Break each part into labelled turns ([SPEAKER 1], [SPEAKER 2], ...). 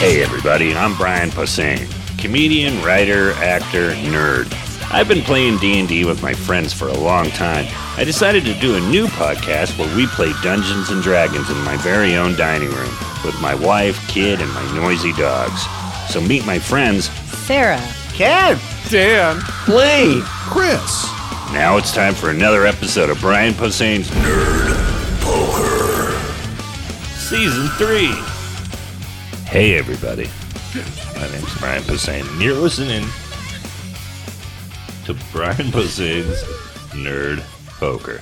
[SPEAKER 1] Hey, everybody, I'm Brian Posehn, comedian, writer, actor, nerd. I've been playing D&D with my friends for a long time. I decided to do a new podcast where we play Dungeons and Dragons in my very own dining room with my wife, kid, and my noisy dogs. So meet my friends.
[SPEAKER 2] Sarah.
[SPEAKER 3] Ken.
[SPEAKER 4] Dan.
[SPEAKER 5] Lee.
[SPEAKER 4] Chris.
[SPEAKER 1] Now it's time for another episode of Brian Posehn's Nerd Poker. Season 3. Hey, everybody. My name's Brian Posehn, and you're listening to Brian Posehn's Nerd Poker.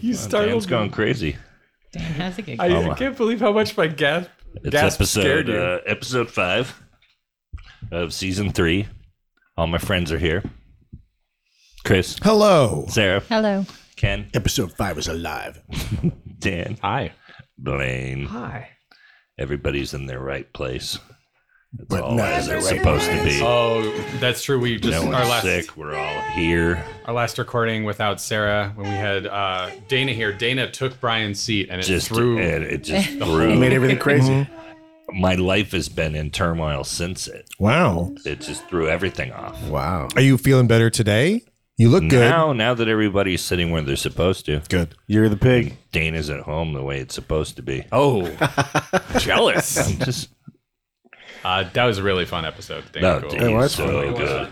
[SPEAKER 4] You startled
[SPEAKER 1] Dan's going crazy.
[SPEAKER 2] Dan, that's a good
[SPEAKER 4] I,
[SPEAKER 2] call.
[SPEAKER 4] I can't believe how much my gasp,
[SPEAKER 1] It's
[SPEAKER 4] gasp
[SPEAKER 1] episode
[SPEAKER 4] scared you.
[SPEAKER 1] uh, episode five of season three. All my friends are here. Chris,
[SPEAKER 6] Hello.
[SPEAKER 1] Sarah,
[SPEAKER 2] Hello.
[SPEAKER 1] Ken,
[SPEAKER 6] Episode five is alive.
[SPEAKER 1] Dan,
[SPEAKER 4] Hi.
[SPEAKER 1] Blaine.
[SPEAKER 4] Hi.
[SPEAKER 1] Everybody's in their right place. That's
[SPEAKER 6] But
[SPEAKER 1] all
[SPEAKER 6] not
[SPEAKER 1] as
[SPEAKER 6] in
[SPEAKER 1] they're
[SPEAKER 6] their right
[SPEAKER 1] supposed to be.
[SPEAKER 4] Oh, that's true. We just
[SPEAKER 1] No
[SPEAKER 4] our
[SPEAKER 1] one's
[SPEAKER 4] last
[SPEAKER 1] sick. We're all here.
[SPEAKER 4] our last recording without Sarah when we had uh, Dana here. Dana took Brian's seat and it
[SPEAKER 1] Just
[SPEAKER 4] threw.
[SPEAKER 1] and it just
[SPEAKER 6] You
[SPEAKER 1] threw.
[SPEAKER 6] made everything crazy.
[SPEAKER 7] Mm-hmm.
[SPEAKER 1] My life has been in turmoil since it.
[SPEAKER 7] Wow.
[SPEAKER 1] It just threw everything off.
[SPEAKER 6] Wow.
[SPEAKER 7] Are you feeling better today? You look good.
[SPEAKER 1] Now, now that everybody's sitting where they're supposed to,
[SPEAKER 7] Good.
[SPEAKER 6] You're the pig.
[SPEAKER 1] Dana's at home the way it's supposed to be.
[SPEAKER 4] Oh, jealous.
[SPEAKER 1] I'm just
[SPEAKER 4] Uh, that was a really fun episode. Dana.
[SPEAKER 1] No,
[SPEAKER 4] Cool.
[SPEAKER 1] dude,
[SPEAKER 6] Hey, well, that's
[SPEAKER 1] so
[SPEAKER 6] funny.
[SPEAKER 1] good.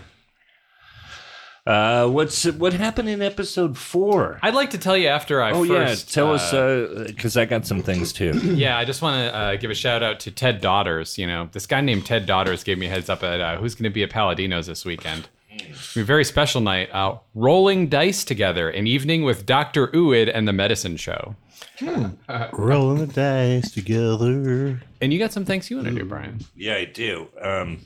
[SPEAKER 1] Uh, what's what happened in episode four?
[SPEAKER 4] I'd like to tell you after I
[SPEAKER 1] oh
[SPEAKER 4] first
[SPEAKER 1] yeah, tell
[SPEAKER 4] uh,
[SPEAKER 1] us because I got some things too.
[SPEAKER 4] Yeah, I just want to uh, give a shout out to Ted Daughters. You know, this guy named Ted Daughters gave me a heads up at uh, who's going to be at Paladino's this weekend. We have a very special night, uh, rolling dice together, an evening with Doctor Uid and the Medicine Show.
[SPEAKER 5] Rolling the dice together.
[SPEAKER 4] And you got some things you want to do, Brian?
[SPEAKER 1] yeah, I do. Um,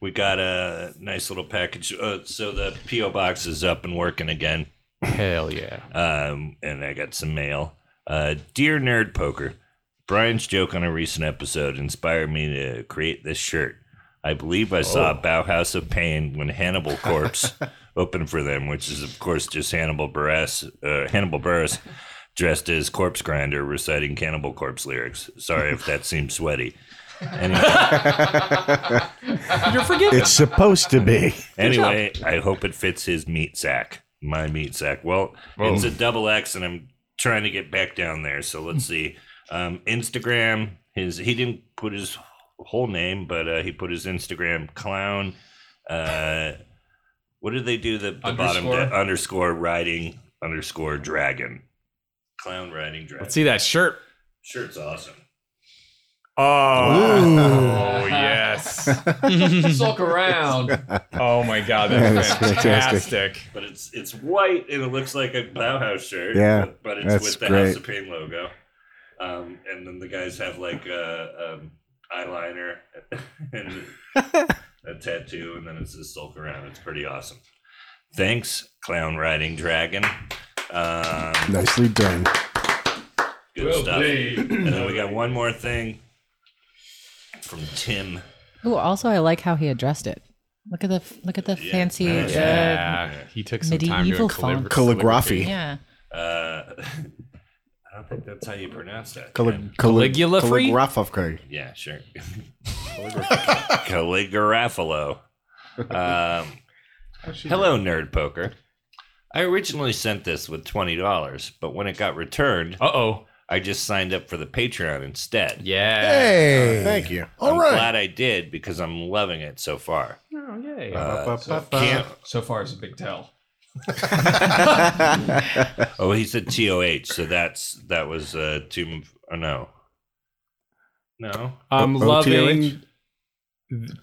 [SPEAKER 1] we got a nice little package. Uh, so the PO box is up and working again.
[SPEAKER 4] Hell yeah!
[SPEAKER 1] um, and I got some mail. Uh, Dear Nerd Poker, Brian's joke on a recent episode inspired me to create this shirt. I believe I saw Bauhaus of Pain when Hannibal Corpse opened for them, which is of course just Hannibal Buress, uh, Hannibal Buress, dressed as corpse grinder reciting Cannibal Corpse lyrics. Sorry if that seems sweaty. Anyway,
[SPEAKER 4] You're forgiven.
[SPEAKER 5] It's supposed to be.
[SPEAKER 1] Anyway, I hope it fits his meat sack. My meat sack. Well, it's a double X, and I'm trying to get back down there. So let's
[SPEAKER 4] Hmm.
[SPEAKER 1] see. Um, Instagram. His he didn't put his whole name, but uh, he put his Instagram clown. Uh, what did they do? The, the bottom
[SPEAKER 4] Underscore.
[SPEAKER 1] de- underscore riding underscore dragon. Clown riding dragon.
[SPEAKER 4] Let's see that shirt.
[SPEAKER 1] Shirt's awesome.
[SPEAKER 4] Oh,
[SPEAKER 6] Ooh.
[SPEAKER 4] oh yes!
[SPEAKER 8] Sulk around.
[SPEAKER 4] Oh my God, that's
[SPEAKER 6] That's fantastic.
[SPEAKER 4] fantastic.
[SPEAKER 1] But it's it's white and it looks like a Bauhaus shirt.
[SPEAKER 6] Yeah,
[SPEAKER 1] but, but it's
[SPEAKER 6] that's
[SPEAKER 1] with the
[SPEAKER 6] great.
[SPEAKER 1] House of Pain logo. Um, and then the guys have like uh, um, eyeliner and a tattoo, and then it says "Sulk around." It's pretty awesome. Thanks, clown riding dragon. Um,
[SPEAKER 6] Nicely done.
[SPEAKER 1] good stuff. And then we got one more thing from Tim.
[SPEAKER 2] Ooh, also I like how he addressed it. Look at the look at the
[SPEAKER 1] Yeah.
[SPEAKER 2] fancy.
[SPEAKER 1] Yeah.
[SPEAKER 2] Uh,
[SPEAKER 4] Yeah, he took some time to
[SPEAKER 2] medieval
[SPEAKER 4] calligraphy.
[SPEAKER 2] font.
[SPEAKER 6] Calligraphy.
[SPEAKER 2] yeah.
[SPEAKER 1] Uh, I don't think that's how you pronounce that. Tim.
[SPEAKER 6] Calli-
[SPEAKER 4] Caligula free?
[SPEAKER 6] Calligraphy.
[SPEAKER 1] Yeah, sure. Calligrapholo. Um, hello, Nerd Poker. I originally sent this with twenty dollars, but when it got returned,
[SPEAKER 4] Uh oh.
[SPEAKER 1] I just signed up for the Patreon instead.
[SPEAKER 4] Yeah.
[SPEAKER 7] Hey.
[SPEAKER 6] Thank you.
[SPEAKER 7] All
[SPEAKER 1] I'm
[SPEAKER 7] right.
[SPEAKER 1] glad I did because I'm loving it so far.
[SPEAKER 4] Oh yay.
[SPEAKER 1] Uh,
[SPEAKER 6] Can't-
[SPEAKER 8] So far, it's a big tell.
[SPEAKER 1] oh, he said TOH, so that's that was uh, two. Oh no, no.
[SPEAKER 4] I'm
[SPEAKER 6] O-
[SPEAKER 4] Um, loving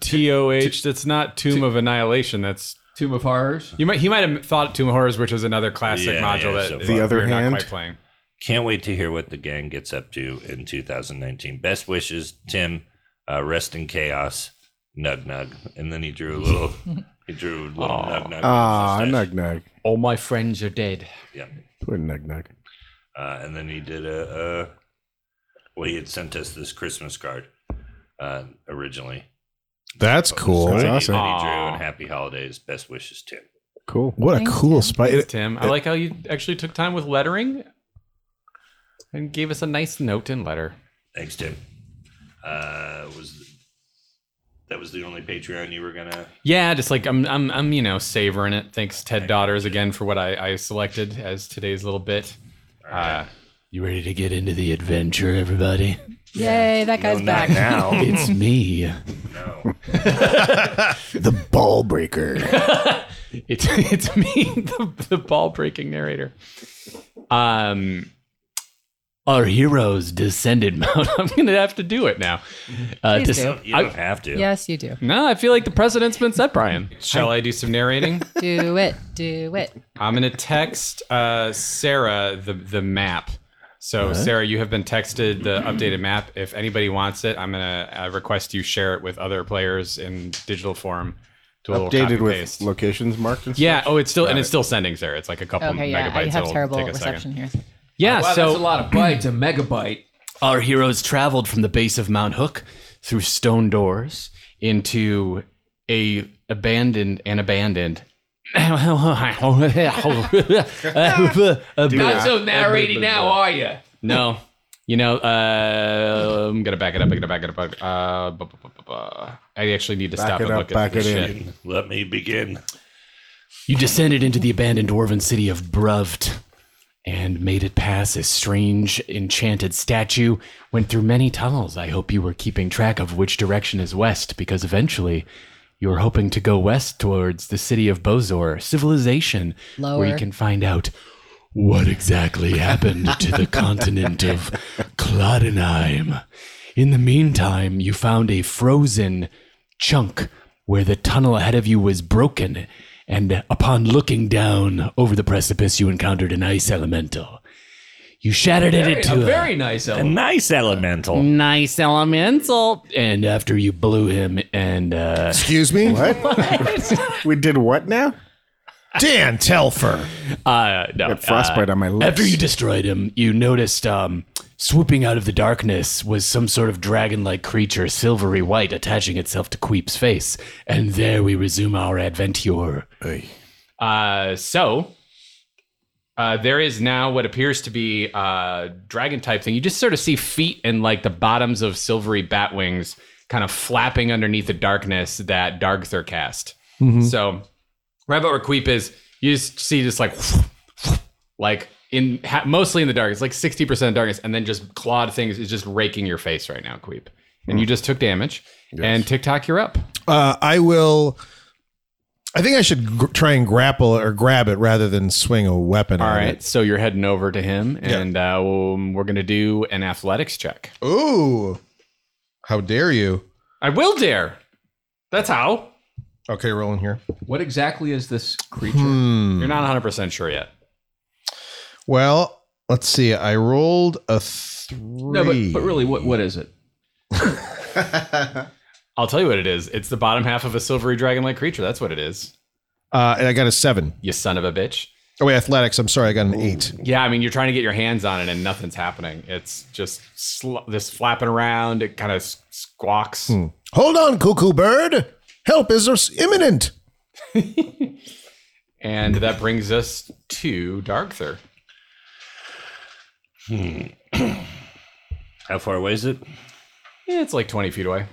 [SPEAKER 4] TOH. That's not Tomb of Annihilation. That's
[SPEAKER 8] Tomb of Horrors.
[SPEAKER 4] you might he might have thought Tomb of Horrors, which is another classic
[SPEAKER 1] Yeah, yeah,
[SPEAKER 4] module that
[SPEAKER 1] so
[SPEAKER 4] that
[SPEAKER 1] The
[SPEAKER 4] we're
[SPEAKER 6] other
[SPEAKER 4] not
[SPEAKER 6] hand.
[SPEAKER 4] quite playing.
[SPEAKER 1] Can't wait to hear what the gang gets up to in 2019. Best wishes, Tim. Uh, rest in chaos. Nug nug. And then he drew a little. he drew a little nug nug.
[SPEAKER 6] Ah,
[SPEAKER 1] mustache.
[SPEAKER 6] nug nug.
[SPEAKER 4] All my friends are dead.
[SPEAKER 1] Yeah.
[SPEAKER 6] Put a nug nug.
[SPEAKER 1] Uh, and then he did a, a. Well, he had sent us this Christmas card uh, originally.
[SPEAKER 7] That's cool.
[SPEAKER 6] That's
[SPEAKER 1] And he-
[SPEAKER 6] awesome.
[SPEAKER 1] and he drew
[SPEAKER 4] Aw.
[SPEAKER 1] and happy holidays. Best wishes, Tim.
[SPEAKER 6] Cool.
[SPEAKER 7] What a
[SPEAKER 2] Thanks,
[SPEAKER 7] cool spider.
[SPEAKER 4] Tim, I like how you actually took time with lettering and gave us a nice note and letter.
[SPEAKER 1] Thanks, Tim. Uh, was that was the only Patreon you were gonna?
[SPEAKER 4] Yeah, just like I'm, I'm, I'm, you know, savoring it. Thanks, Ted Daughters, again for what I, I selected as today's little bit. Uh, you ready to get into the adventure, everybody?
[SPEAKER 2] Yay, that guy's
[SPEAKER 1] no,
[SPEAKER 2] back.
[SPEAKER 1] not now.
[SPEAKER 4] It's me.
[SPEAKER 1] no.
[SPEAKER 5] The ball breaker.
[SPEAKER 4] It's it's me, the, the ball breaking narrator. Um, our heroes descended Mount. I'm gonna have to do it now. Uh,
[SPEAKER 2] Please
[SPEAKER 4] des-
[SPEAKER 2] do.
[SPEAKER 1] You don't have to.
[SPEAKER 2] Yes, you do.
[SPEAKER 4] no, I feel like the president's been set, Brian. Shall I do some narrating?
[SPEAKER 2] Do it. Do it.
[SPEAKER 4] I'm gonna text uh, Sarah the the map. So Sarah, you have been texted the updated map. If anybody wants it, I'm gonna uh, request you share it with other players in digital form. Do a little copy
[SPEAKER 6] Updated with
[SPEAKER 4] paste.
[SPEAKER 6] locations marked and stuff.
[SPEAKER 4] yeah. Oh, it's still and it's still sending Sarah. It's like a couple
[SPEAKER 2] Okay, yeah.
[SPEAKER 4] megabytes.
[SPEAKER 2] I have
[SPEAKER 4] It'll
[SPEAKER 2] terrible
[SPEAKER 4] take a second.
[SPEAKER 2] reception here.
[SPEAKER 4] Yeah.
[SPEAKER 8] Wow,
[SPEAKER 4] so
[SPEAKER 8] that's a lot of bytes, a megabyte.
[SPEAKER 4] our heroes traveled from the base of Mount Hook through stone doors into a abandoned and abandoned.
[SPEAKER 8] Not so narrating now, are you?
[SPEAKER 4] No. You know, uh, I'm gonna back it up. I'm gonna back it up. Uh, bu- bu- bu- bu- bu- I actually need to stop
[SPEAKER 6] it
[SPEAKER 4] and
[SPEAKER 6] up,
[SPEAKER 4] look
[SPEAKER 6] back
[SPEAKER 4] at this
[SPEAKER 6] it in.
[SPEAKER 4] shit.
[SPEAKER 1] Let me begin.
[SPEAKER 4] You descended into the abandoned dwarven city of Bruvt and made it past a strange, enchanted statue. Went through many tunnels. I hope you were keeping track of which direction is west, because eventually you were hoping to go west towards the city of Bozor, civilization, where you
[SPEAKER 2] Lower.
[SPEAKER 4] can find out what exactly happened to the continent of Clodenheim. In the meantime, you found a frozen chunk where the tunnel ahead of you was broken, and upon looking down over the precipice, you encountered an ice elemental. You shattered it
[SPEAKER 8] Very-
[SPEAKER 4] into
[SPEAKER 8] a very nice
[SPEAKER 1] A
[SPEAKER 8] element.
[SPEAKER 1] nice elemental.
[SPEAKER 4] nice elemental, and after you blew him, and uh,
[SPEAKER 7] Excuse me?
[SPEAKER 6] We did what now?
[SPEAKER 7] Dan Telfer.
[SPEAKER 4] uh, no,
[SPEAKER 6] Got frostbite on my lips.
[SPEAKER 4] After you destroyed him, you noticed um, swooping out of the darkness was some sort of dragon like creature, silvery white, attaching itself to Queep's face. And there we resume our adventure. Uh, so. Uh, there is now what appears to be a dragon type thing. You just sort of see feet and like the bottoms of silvery bat wings kind of flapping underneath the darkness that Darkther cast. So, right about where Queep is, you just see just like like in ha- mostly in the darkness, like 60% darkness, and then just clawed things is just raking your face right now, Queep. And you just took damage. And TikTok, you're up.
[SPEAKER 7] Uh, I will. I think I should gr- try and grapple or grab it rather than swing a weapon.
[SPEAKER 4] All
[SPEAKER 7] at
[SPEAKER 4] right. So you're heading over to him, and uh, um, we're going to do an athletics check.
[SPEAKER 7] It. Ooh. How dare you?
[SPEAKER 4] I will dare. That's how.
[SPEAKER 7] Okay, rolling here.
[SPEAKER 8] What exactly is this creature?
[SPEAKER 7] Hmm.
[SPEAKER 4] You're not 100% sure yet.
[SPEAKER 7] Well, let's see. I rolled a three.
[SPEAKER 8] No, but, but really, what what is it?
[SPEAKER 4] I'll tell you what it is. It's the bottom half of a silvery dragon like creature. That's what it is.
[SPEAKER 7] Uh, and I got a seven.
[SPEAKER 4] You son of a bitch.
[SPEAKER 7] Oh, wait, athletics. I'm sorry. I got an eight.
[SPEAKER 4] Yeah, I mean, you're trying to get your hands on it and nothing's happening. It's just sl- this flapping around. It kind of squawks.
[SPEAKER 7] Hold on, cuckoo bird. Help is imminent.
[SPEAKER 4] And that brings us to Darkther.
[SPEAKER 1] How far away is it?
[SPEAKER 4] Yeah, it's like 20 feet away.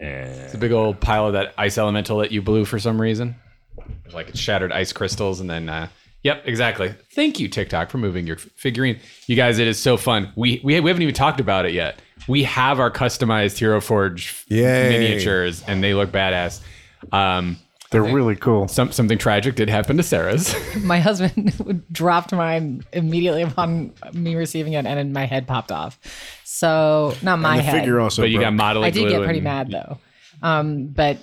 [SPEAKER 1] Eh,
[SPEAKER 4] It's a big old pile of that ice elemental that you blew for some reason. It's Like it's shattered ice crystals and then. Uh, Yep, exactly. Thank you, TikTok, for moving your figurine. You guys, it is so fun. We we, we haven't even talked about it yet. We have our customized Hero Forge
[SPEAKER 7] Yay.
[SPEAKER 4] miniatures, and they look badass. Um,
[SPEAKER 6] They're really cool.
[SPEAKER 4] some something tragic did happen to Sarah's.
[SPEAKER 2] My husband dropped mine immediately upon me receiving it, and then my head popped off. So, not my
[SPEAKER 6] the
[SPEAKER 2] head.
[SPEAKER 6] figure also
[SPEAKER 4] but you got
[SPEAKER 6] broke.
[SPEAKER 4] modeling.
[SPEAKER 2] I did
[SPEAKER 4] glue
[SPEAKER 2] get pretty
[SPEAKER 4] and-
[SPEAKER 2] mad though. Um, but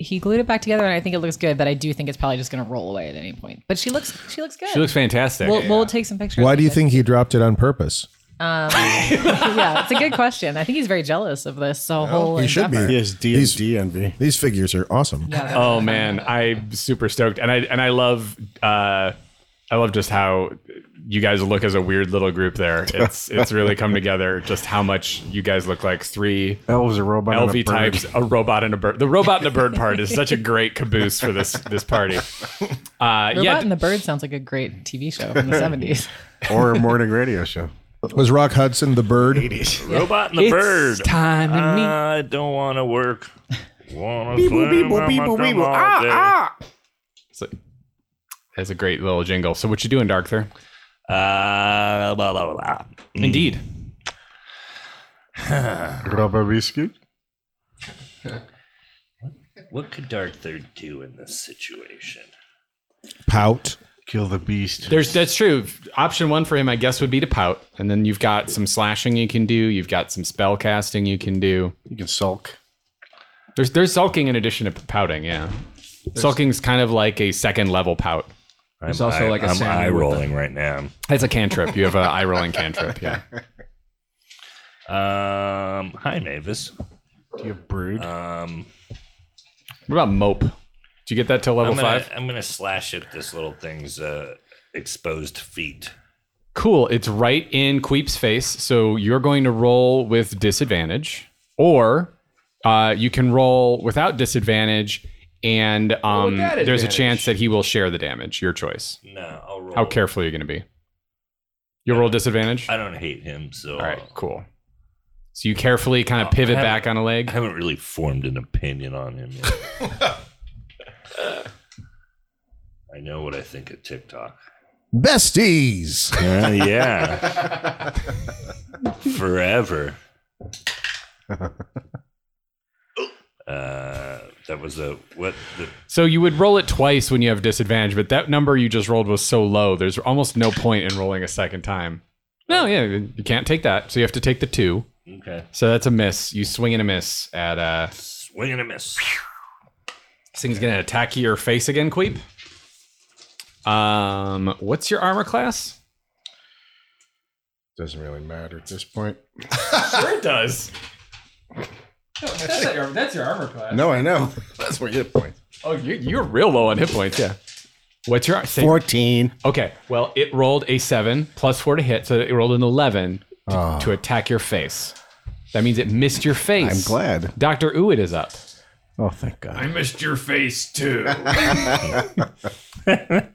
[SPEAKER 2] he glued it back together, and I think it looks good. But I do think it's probably just going to roll away at any point. But she looks, she looks good.
[SPEAKER 4] She looks fantastic.
[SPEAKER 2] We'll, we'll take some pictures.
[SPEAKER 7] Why
[SPEAKER 2] of
[SPEAKER 7] do you
[SPEAKER 2] it.
[SPEAKER 7] think he dropped it on purpose?
[SPEAKER 2] yeah, it's a good question. I think he's very jealous of this whole.
[SPEAKER 7] he should
[SPEAKER 2] endeavor.
[SPEAKER 7] be.
[SPEAKER 6] He has D&D envy.
[SPEAKER 7] These figures are awesome.
[SPEAKER 4] oh man, I'm super stoked, and I and I love uh, I love just how you guys look as a weird little group there. It's it's really come together. Just how much you guys look like three
[SPEAKER 6] Elves are robot. and a
[SPEAKER 4] LV
[SPEAKER 6] bird.
[SPEAKER 4] types, a robot and a bird. The robot and the bird part is such a great caboose for this this party. Uh,
[SPEAKER 2] Robot
[SPEAKER 4] yeah,
[SPEAKER 2] and the Bird sounds like a great TV show from the seventies.
[SPEAKER 6] or a morning radio show.
[SPEAKER 7] Was Rock Hudson the bird?
[SPEAKER 1] Robot and the bird.
[SPEAKER 8] time to meet.
[SPEAKER 1] I don't want to work. Wanna climb on my thumb all
[SPEAKER 4] Ah.
[SPEAKER 1] day.
[SPEAKER 4] So, that's a great little jingle. So what you doing, Dark Thor?
[SPEAKER 1] Uh, blah, blah, blah.
[SPEAKER 4] Indeed.
[SPEAKER 6] Rubber whiskey.
[SPEAKER 1] What could Dark Third do in this situation?
[SPEAKER 7] Pout.
[SPEAKER 6] Kill the beast.
[SPEAKER 4] There's that's true. Option one for him, I guess, would be to pout, and then you've got some slashing you can do. You've got some spell casting you can do.
[SPEAKER 6] You can sulk.
[SPEAKER 4] There's there's sulking in addition to pouting. Yeah, sulking's kind of like a second level pout.
[SPEAKER 8] There's also like a
[SPEAKER 1] I'm
[SPEAKER 8] salmon
[SPEAKER 1] eye
[SPEAKER 8] with
[SPEAKER 1] rolling right now.
[SPEAKER 4] That's a cantrip. You have an eye rolling cantrip. Yeah.
[SPEAKER 1] Um, hi, Mavis.
[SPEAKER 6] Do you have brood?
[SPEAKER 4] Uh.
[SPEAKER 1] Um,
[SPEAKER 4] What about mope? Did you get that till level
[SPEAKER 1] I'm gonna,
[SPEAKER 4] five?
[SPEAKER 1] I'm gonna slash at this little thing's uh, exposed feet.
[SPEAKER 4] Cool. It's right in Queep's face, so you're going to roll with disadvantage, or uh, you can roll without disadvantage, and um,
[SPEAKER 8] that
[SPEAKER 4] there's a
[SPEAKER 8] advantage.
[SPEAKER 4] chance that he will share the damage. Your choice.
[SPEAKER 1] No, I'll roll.
[SPEAKER 4] How careful are you going to be? You'll roll disadvantage?
[SPEAKER 1] I don't hate him, so
[SPEAKER 4] All right, cool. So you carefully kind of pivot
[SPEAKER 1] Oh, I haven't-
[SPEAKER 4] back on a
[SPEAKER 1] I
[SPEAKER 4] leg.
[SPEAKER 1] haven't really formed an opinion on him. Yet. I know what I think of TikTok.
[SPEAKER 7] Besties.
[SPEAKER 1] Uh, yeah. Forever. Uh, that was a what the
[SPEAKER 4] So you would roll it twice when you have disadvantage, but that number you just rolled was so low, there's almost no point in rolling a second time.
[SPEAKER 8] Oh.
[SPEAKER 4] No, yeah, you can't take that. So you have to take the two.
[SPEAKER 1] okay
[SPEAKER 4] So that's a miss. You swing and a miss at uh this
[SPEAKER 1] swing and a miss.
[SPEAKER 4] thing's gonna attack your face again, Queep. Um what's your armor class?
[SPEAKER 6] Doesn't really matter at this point.
[SPEAKER 4] Sure it does.
[SPEAKER 8] That's, not your, that's your armor class.
[SPEAKER 6] No, I know. That's where hit point.
[SPEAKER 4] Oh, you're, you're real low on hit points, yeah. What's your say-
[SPEAKER 6] 14.
[SPEAKER 4] Okay. Well, it rolled a seven plus four to hit, so it rolled an eleven to,
[SPEAKER 6] Ah.
[SPEAKER 4] to attack your face. That means it missed your face.
[SPEAKER 6] I'm glad.
[SPEAKER 4] Doctor Uwit is up.
[SPEAKER 6] Oh, thank God.
[SPEAKER 4] Missed your face too.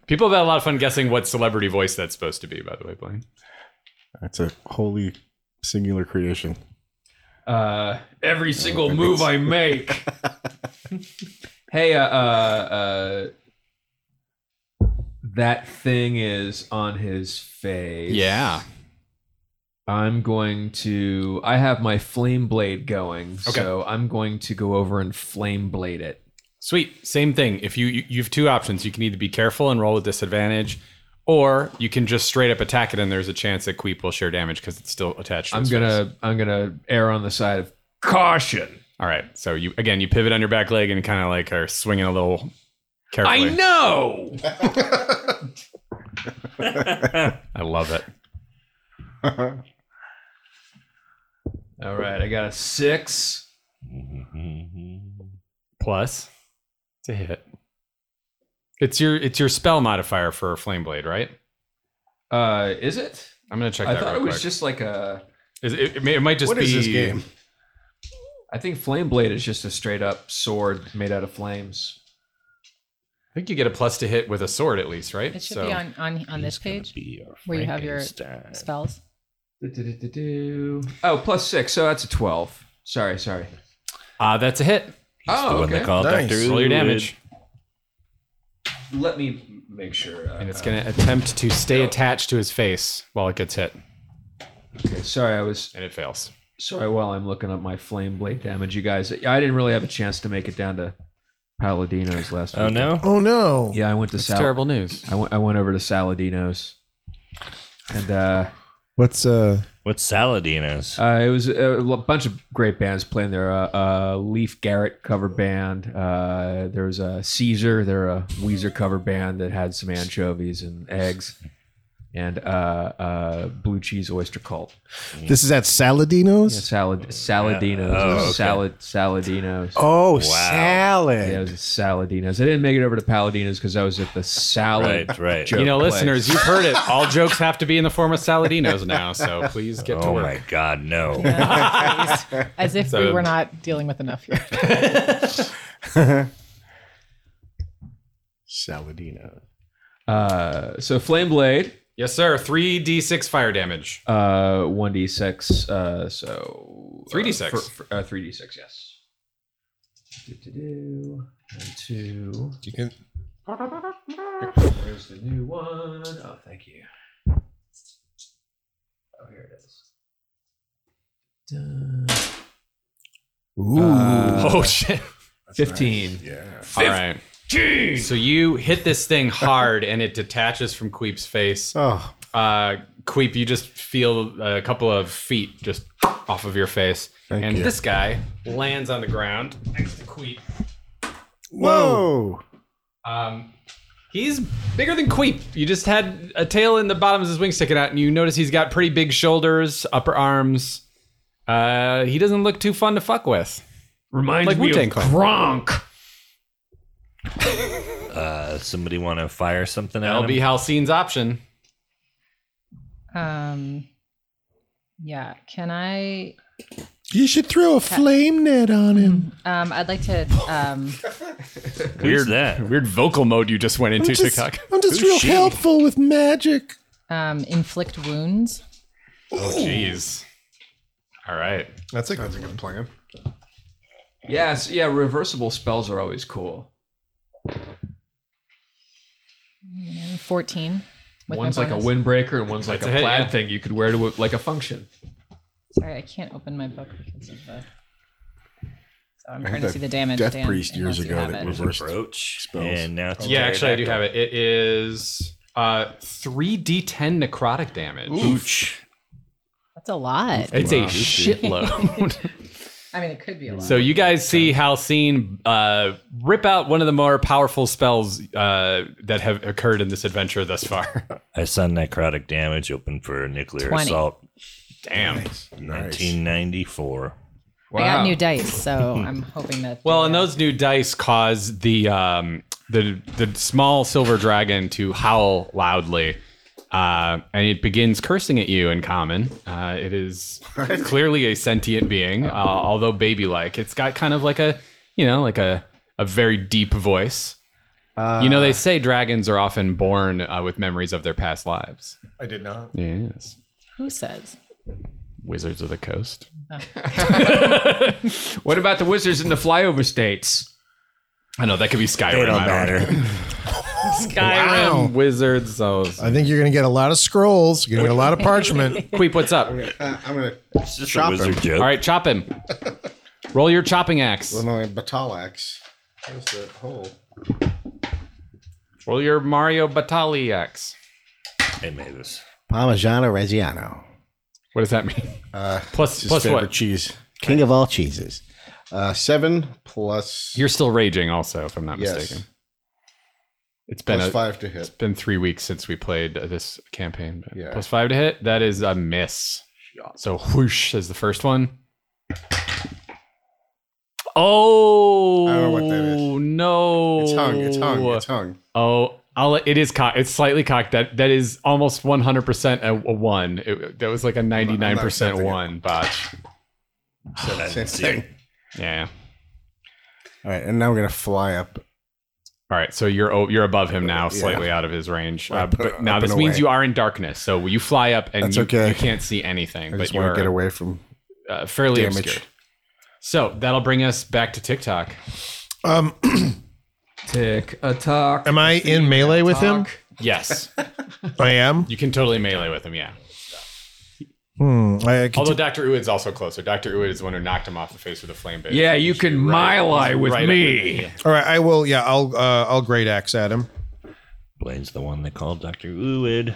[SPEAKER 4] People have had a lot of fun guessing what celebrity voice that's supposed to be. By the way, Blaine.
[SPEAKER 6] That's a holy singular creation.
[SPEAKER 8] Uh, every single move I make. hey, uh, uh, uh, that thing is on his face.
[SPEAKER 4] Yeah.
[SPEAKER 8] I'm going to. I have my flame blade going, so I'm going to go over and flame blade it.
[SPEAKER 4] Sweet. Same thing. If you, you you have two options, you can either be careful and roll with disadvantage, or you can just straight up attack it, and there's a chance that Queep will share damage because it's still attached. to
[SPEAKER 8] I'm
[SPEAKER 4] its face.
[SPEAKER 8] gonna. I'm gonna err on the side of caution.
[SPEAKER 4] All right. So you again, you pivot on your back leg and kind of like are swinging a little
[SPEAKER 8] I
[SPEAKER 4] carefully.
[SPEAKER 8] know.
[SPEAKER 4] I love it.
[SPEAKER 8] All right, I got a six.
[SPEAKER 4] Plus, it's a hit. It's your it's your spell modifier for a flame blade, right?
[SPEAKER 8] Uh, is it?
[SPEAKER 4] I'm gonna check
[SPEAKER 8] I
[SPEAKER 4] that
[SPEAKER 8] thought
[SPEAKER 4] real
[SPEAKER 8] it was
[SPEAKER 4] quick.
[SPEAKER 8] just like a.
[SPEAKER 4] Is- it, it may- it might just
[SPEAKER 6] What
[SPEAKER 4] be
[SPEAKER 6] is this game?
[SPEAKER 8] I think flame blade is just a straight up sword made out of flames.
[SPEAKER 4] I think you get a plus to hit with a sword at least, right?
[SPEAKER 2] It should be on on on this page where you have your spells.
[SPEAKER 8] Du-du-du-du-du. Oh, plus six, so that's a twelve. Sorry, sorry.
[SPEAKER 4] Ah, that's a hit.
[SPEAKER 1] the
[SPEAKER 8] Oh,
[SPEAKER 1] one they
[SPEAKER 8] okay.
[SPEAKER 1] call
[SPEAKER 7] Nice.
[SPEAKER 1] Doctor
[SPEAKER 4] Roll your damage,
[SPEAKER 8] Let me make sure. Uh,
[SPEAKER 4] and it's gonna attempt to stay attached to his face while it gets hit,
[SPEAKER 8] okay, sorry, I was
[SPEAKER 4] and it fails.
[SPEAKER 8] Sorry, while I'm looking up my flame blade damage, you guys, I didn't really have a chance to make it down to Paladino's last.
[SPEAKER 1] Oh
[SPEAKER 8] week.
[SPEAKER 1] no!
[SPEAKER 7] Oh no.
[SPEAKER 8] Yeah, I went to Sal-
[SPEAKER 4] Terrible news.
[SPEAKER 8] I went. I went over to Saladino's, and uh,
[SPEAKER 7] What's uh
[SPEAKER 1] What's Saladino's?
[SPEAKER 8] uh, it was a l- bunch of great bands playing there. Uh, uh, Leaf Garrett cover band. Uh, there was a Caesar. They're a Weezer cover band that had some anchovies and eggs, and uh, uh, blue cheese oyster cult.
[SPEAKER 7] this is at Saladino's?
[SPEAKER 8] Yeah, salad Saladino's.
[SPEAKER 1] Oh, okay.
[SPEAKER 8] Salad Saladino's.
[SPEAKER 6] Oh,
[SPEAKER 8] Yeah, it
[SPEAKER 6] salad.
[SPEAKER 8] was at Saladino's. I didn't make it over to Paladino's because I was at the salad.
[SPEAKER 1] right, right.
[SPEAKER 8] Joe.
[SPEAKER 4] You know,
[SPEAKER 8] Place.
[SPEAKER 4] listeners, you've heard it. All jokes have to be in the form of Saladinos now, so please get to
[SPEAKER 1] Oh
[SPEAKER 4] work.
[SPEAKER 1] my God, no!
[SPEAKER 2] As if we
[SPEAKER 4] So-
[SPEAKER 2] were not dealing with enough here.
[SPEAKER 6] Saladino.
[SPEAKER 8] Uh, so flame blade
[SPEAKER 4] Yes, sir. 3d6 fire damage.
[SPEAKER 8] Uh, one d six. Uh, so
[SPEAKER 4] 3d6.
[SPEAKER 8] uh, for- for- uh, Three d six. Yes. Do-do-do. And two.
[SPEAKER 7] You can-
[SPEAKER 8] Where's the new one? Oh, thank you. Oh, here it is. Dun.
[SPEAKER 7] Ooh.
[SPEAKER 8] Uh,
[SPEAKER 4] oh, shit.
[SPEAKER 8] Fifteen.
[SPEAKER 4] All right. So you hit this thing hard and it detaches from Queep's face.
[SPEAKER 6] Oh,
[SPEAKER 4] Uh, Queep, you just feel a couple of feet just off of your face.
[SPEAKER 6] Thank
[SPEAKER 4] and
[SPEAKER 6] you.
[SPEAKER 4] this guy lands on the ground next to Queep.
[SPEAKER 6] whoa!
[SPEAKER 4] Um, he's bigger than Queep. You just had a tail in the bottom of his wing sticking out, and you notice he's got pretty big shoulders, upper arms. Uh, he doesn't look too fun to fuck with.
[SPEAKER 8] Reminds
[SPEAKER 4] Like
[SPEAKER 8] me
[SPEAKER 4] Wu-Tang
[SPEAKER 8] of
[SPEAKER 4] Clan.
[SPEAKER 8] Gronk.
[SPEAKER 1] Uh, somebody want to fire something at
[SPEAKER 4] That'll be
[SPEAKER 1] him?
[SPEAKER 4] Halcyon's option.
[SPEAKER 2] Um, yeah. Can I?
[SPEAKER 7] You should throw a flame net on him.
[SPEAKER 2] Um, I'd like to. Um,
[SPEAKER 1] Weird that.
[SPEAKER 4] Weird vocal mode you just went into,
[SPEAKER 7] I'm just, I'm just real helpful with magic.
[SPEAKER 2] um, inflict wounds.
[SPEAKER 4] Jeez. All right.
[SPEAKER 7] That's a
[SPEAKER 6] That's a good plan.
[SPEAKER 8] Yes, yeah, reversible spells are always cool.
[SPEAKER 2] Fourteen. with my
[SPEAKER 8] one's like a
[SPEAKER 2] bonus.
[SPEAKER 8] windbreaker and one's like
[SPEAKER 4] That's
[SPEAKER 8] a
[SPEAKER 4] a hit,
[SPEAKER 8] plaid
[SPEAKER 4] yeah.
[SPEAKER 8] thing you could wear to a, like a function.
[SPEAKER 2] Sorry, I can't open my book because of the. So I'm trying to
[SPEAKER 6] that
[SPEAKER 2] see the damage.
[SPEAKER 6] Death
[SPEAKER 2] Dan,
[SPEAKER 6] Priest
[SPEAKER 2] unless
[SPEAKER 6] years
[SPEAKER 2] you
[SPEAKER 6] ago
[SPEAKER 2] have
[SPEAKER 6] that
[SPEAKER 2] it.
[SPEAKER 6] was- First
[SPEAKER 1] Approach.
[SPEAKER 6] spells.
[SPEAKER 1] And now it's
[SPEAKER 4] Yeah, actually, I do have it. It is uh, 3d10 necrotic damage.
[SPEAKER 1] Ooch.
[SPEAKER 2] That's a lot.
[SPEAKER 4] It's a shitload.
[SPEAKER 2] I mean, it could be a lot.
[SPEAKER 4] So you guys see Halcyon uh, rip out one of the more powerful spells uh, that have occurred in this adventure thus far.
[SPEAKER 1] I sun necrotic damage open for nuclear
[SPEAKER 2] 20.
[SPEAKER 1] assault.
[SPEAKER 4] Damn.
[SPEAKER 6] Nice.
[SPEAKER 1] 1994.
[SPEAKER 2] I got new dice, so I'm hoping that.
[SPEAKER 4] Well, and those new dice cause the um, the the small silver dragon to howl loudly, uh, and it begins cursing at you in common. Uh, it is clearly a sentient being, uh, although baby-like. It's got kind of like a you know like a a very deep voice. you know,
[SPEAKER 7] Uh.
[SPEAKER 4] they say dragons are often born uh, with memories of their past lives.
[SPEAKER 7] I did not.
[SPEAKER 4] Yes.
[SPEAKER 2] who says?
[SPEAKER 4] Wizards of the Coast.
[SPEAKER 8] What about the wizards in the flyover states?
[SPEAKER 4] I know that could be Skyrim.
[SPEAKER 1] It don't
[SPEAKER 4] I don't know.
[SPEAKER 1] matter.
[SPEAKER 4] Skyrim wizards. Oh,
[SPEAKER 7] I think you're going to get a lot of scrolls. You're going to get a lot of parchment.
[SPEAKER 4] Queep, what's up?
[SPEAKER 6] Uh, I'm gonna
[SPEAKER 1] It's just
[SPEAKER 6] Chop
[SPEAKER 1] a wizard
[SPEAKER 6] him.
[SPEAKER 1] joke.
[SPEAKER 4] All right, chop him. Roll your chopping axe.
[SPEAKER 6] with my battle axe. Where's that hole?
[SPEAKER 4] Roll your Mario Batali axe.
[SPEAKER 1] Hey, Mavis.
[SPEAKER 5] Parmigiano Reggiano,
[SPEAKER 4] What does that mean?
[SPEAKER 6] Uh,
[SPEAKER 4] Plus-
[SPEAKER 6] it's his
[SPEAKER 4] plus
[SPEAKER 6] favorite
[SPEAKER 4] what?
[SPEAKER 6] Cheese.
[SPEAKER 5] king of all cheeses.
[SPEAKER 6] Uh, seven plus.
[SPEAKER 4] You're still raging, also, if I'm not
[SPEAKER 6] yes,
[SPEAKER 4] mistaken. It's been
[SPEAKER 6] plus
[SPEAKER 4] a-
[SPEAKER 6] five to
[SPEAKER 4] It's
[SPEAKER 6] hit.
[SPEAKER 4] been three weeks since we played uh, this campaign. but
[SPEAKER 6] Yeah.
[SPEAKER 4] Plus five to hit. That is a miss. So whoosh is the first one. Oh
[SPEAKER 6] I don't know what that is.
[SPEAKER 4] no!
[SPEAKER 6] It's hung. It's hung. It's hung.
[SPEAKER 4] Oh, I'll, let- it is cocked. It's slightly cocked. That that is almost one hundred percent a one. It, that was like a ninety nine percent
[SPEAKER 6] accepting it.
[SPEAKER 4] one botch.
[SPEAKER 6] Same thing.
[SPEAKER 4] Yeah.
[SPEAKER 6] All right, and now we're gonna fly up.
[SPEAKER 4] All right. So you're oh, you're above him now,
[SPEAKER 6] Yeah.
[SPEAKER 4] slightly out of his range.
[SPEAKER 6] Well,
[SPEAKER 4] Uh,
[SPEAKER 6] I put it
[SPEAKER 4] but now
[SPEAKER 6] up
[SPEAKER 4] this
[SPEAKER 6] and
[SPEAKER 4] means
[SPEAKER 6] away.
[SPEAKER 4] you are in darkness. So you fly up and
[SPEAKER 6] That's
[SPEAKER 4] you,
[SPEAKER 6] okay.
[SPEAKER 4] you can't see anything,
[SPEAKER 6] I
[SPEAKER 4] but
[SPEAKER 6] just
[SPEAKER 4] you
[SPEAKER 6] want
[SPEAKER 4] are
[SPEAKER 6] to get away from
[SPEAKER 4] uh, fairly
[SPEAKER 6] damage.
[SPEAKER 4] obscured. So that'll bring us back to TikTok.
[SPEAKER 7] Um,
[SPEAKER 8] Tick attack.
[SPEAKER 7] am I in melee with him?
[SPEAKER 4] Yes,
[SPEAKER 7] I am.
[SPEAKER 4] you can totally melee with him. Yeah.
[SPEAKER 7] Hmm. I, I could
[SPEAKER 4] Although Doctor Uid's also closer. Doctor Uid is the one who knocked him off the face with a flame. Bit.
[SPEAKER 8] Yeah, you can mile eye with
[SPEAKER 4] right up
[SPEAKER 8] me.
[SPEAKER 7] all right. I will. Yeah. I'll. Uh, I'll great axe at him.
[SPEAKER 1] Blaine's the one they called Dr. Uid.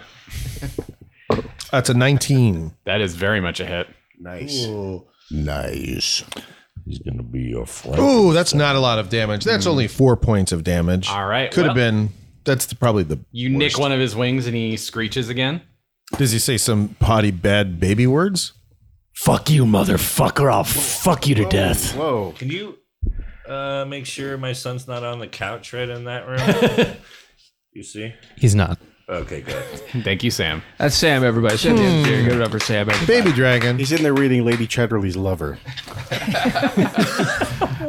[SPEAKER 7] That's a 19.
[SPEAKER 4] That is very much a hit.
[SPEAKER 6] nice.
[SPEAKER 5] Nice.
[SPEAKER 1] He's going to be your friend.
[SPEAKER 7] Ooh, that's not a lot of damage. That's only four points of damage.
[SPEAKER 4] All right.
[SPEAKER 7] Could have
[SPEAKER 4] well,
[SPEAKER 7] been. That's the, probably the.
[SPEAKER 4] You nick one of his wings and he screeches again.
[SPEAKER 7] Does he say some potty bad baby words?
[SPEAKER 5] Fuck you, motherfucker. I'll fuck you to death.
[SPEAKER 6] Whoa!
[SPEAKER 1] Can you uh, make sure my son's not on the couch right in that room? you see?
[SPEAKER 3] He's not.
[SPEAKER 1] Okay, good.
[SPEAKER 4] Thank you, Sam.
[SPEAKER 8] That's Sam, everybody. Sam, Sam, Good enough for Sam. everybody.
[SPEAKER 7] Baby dragon.
[SPEAKER 6] He's in there reading Lady Chatterley's Lover.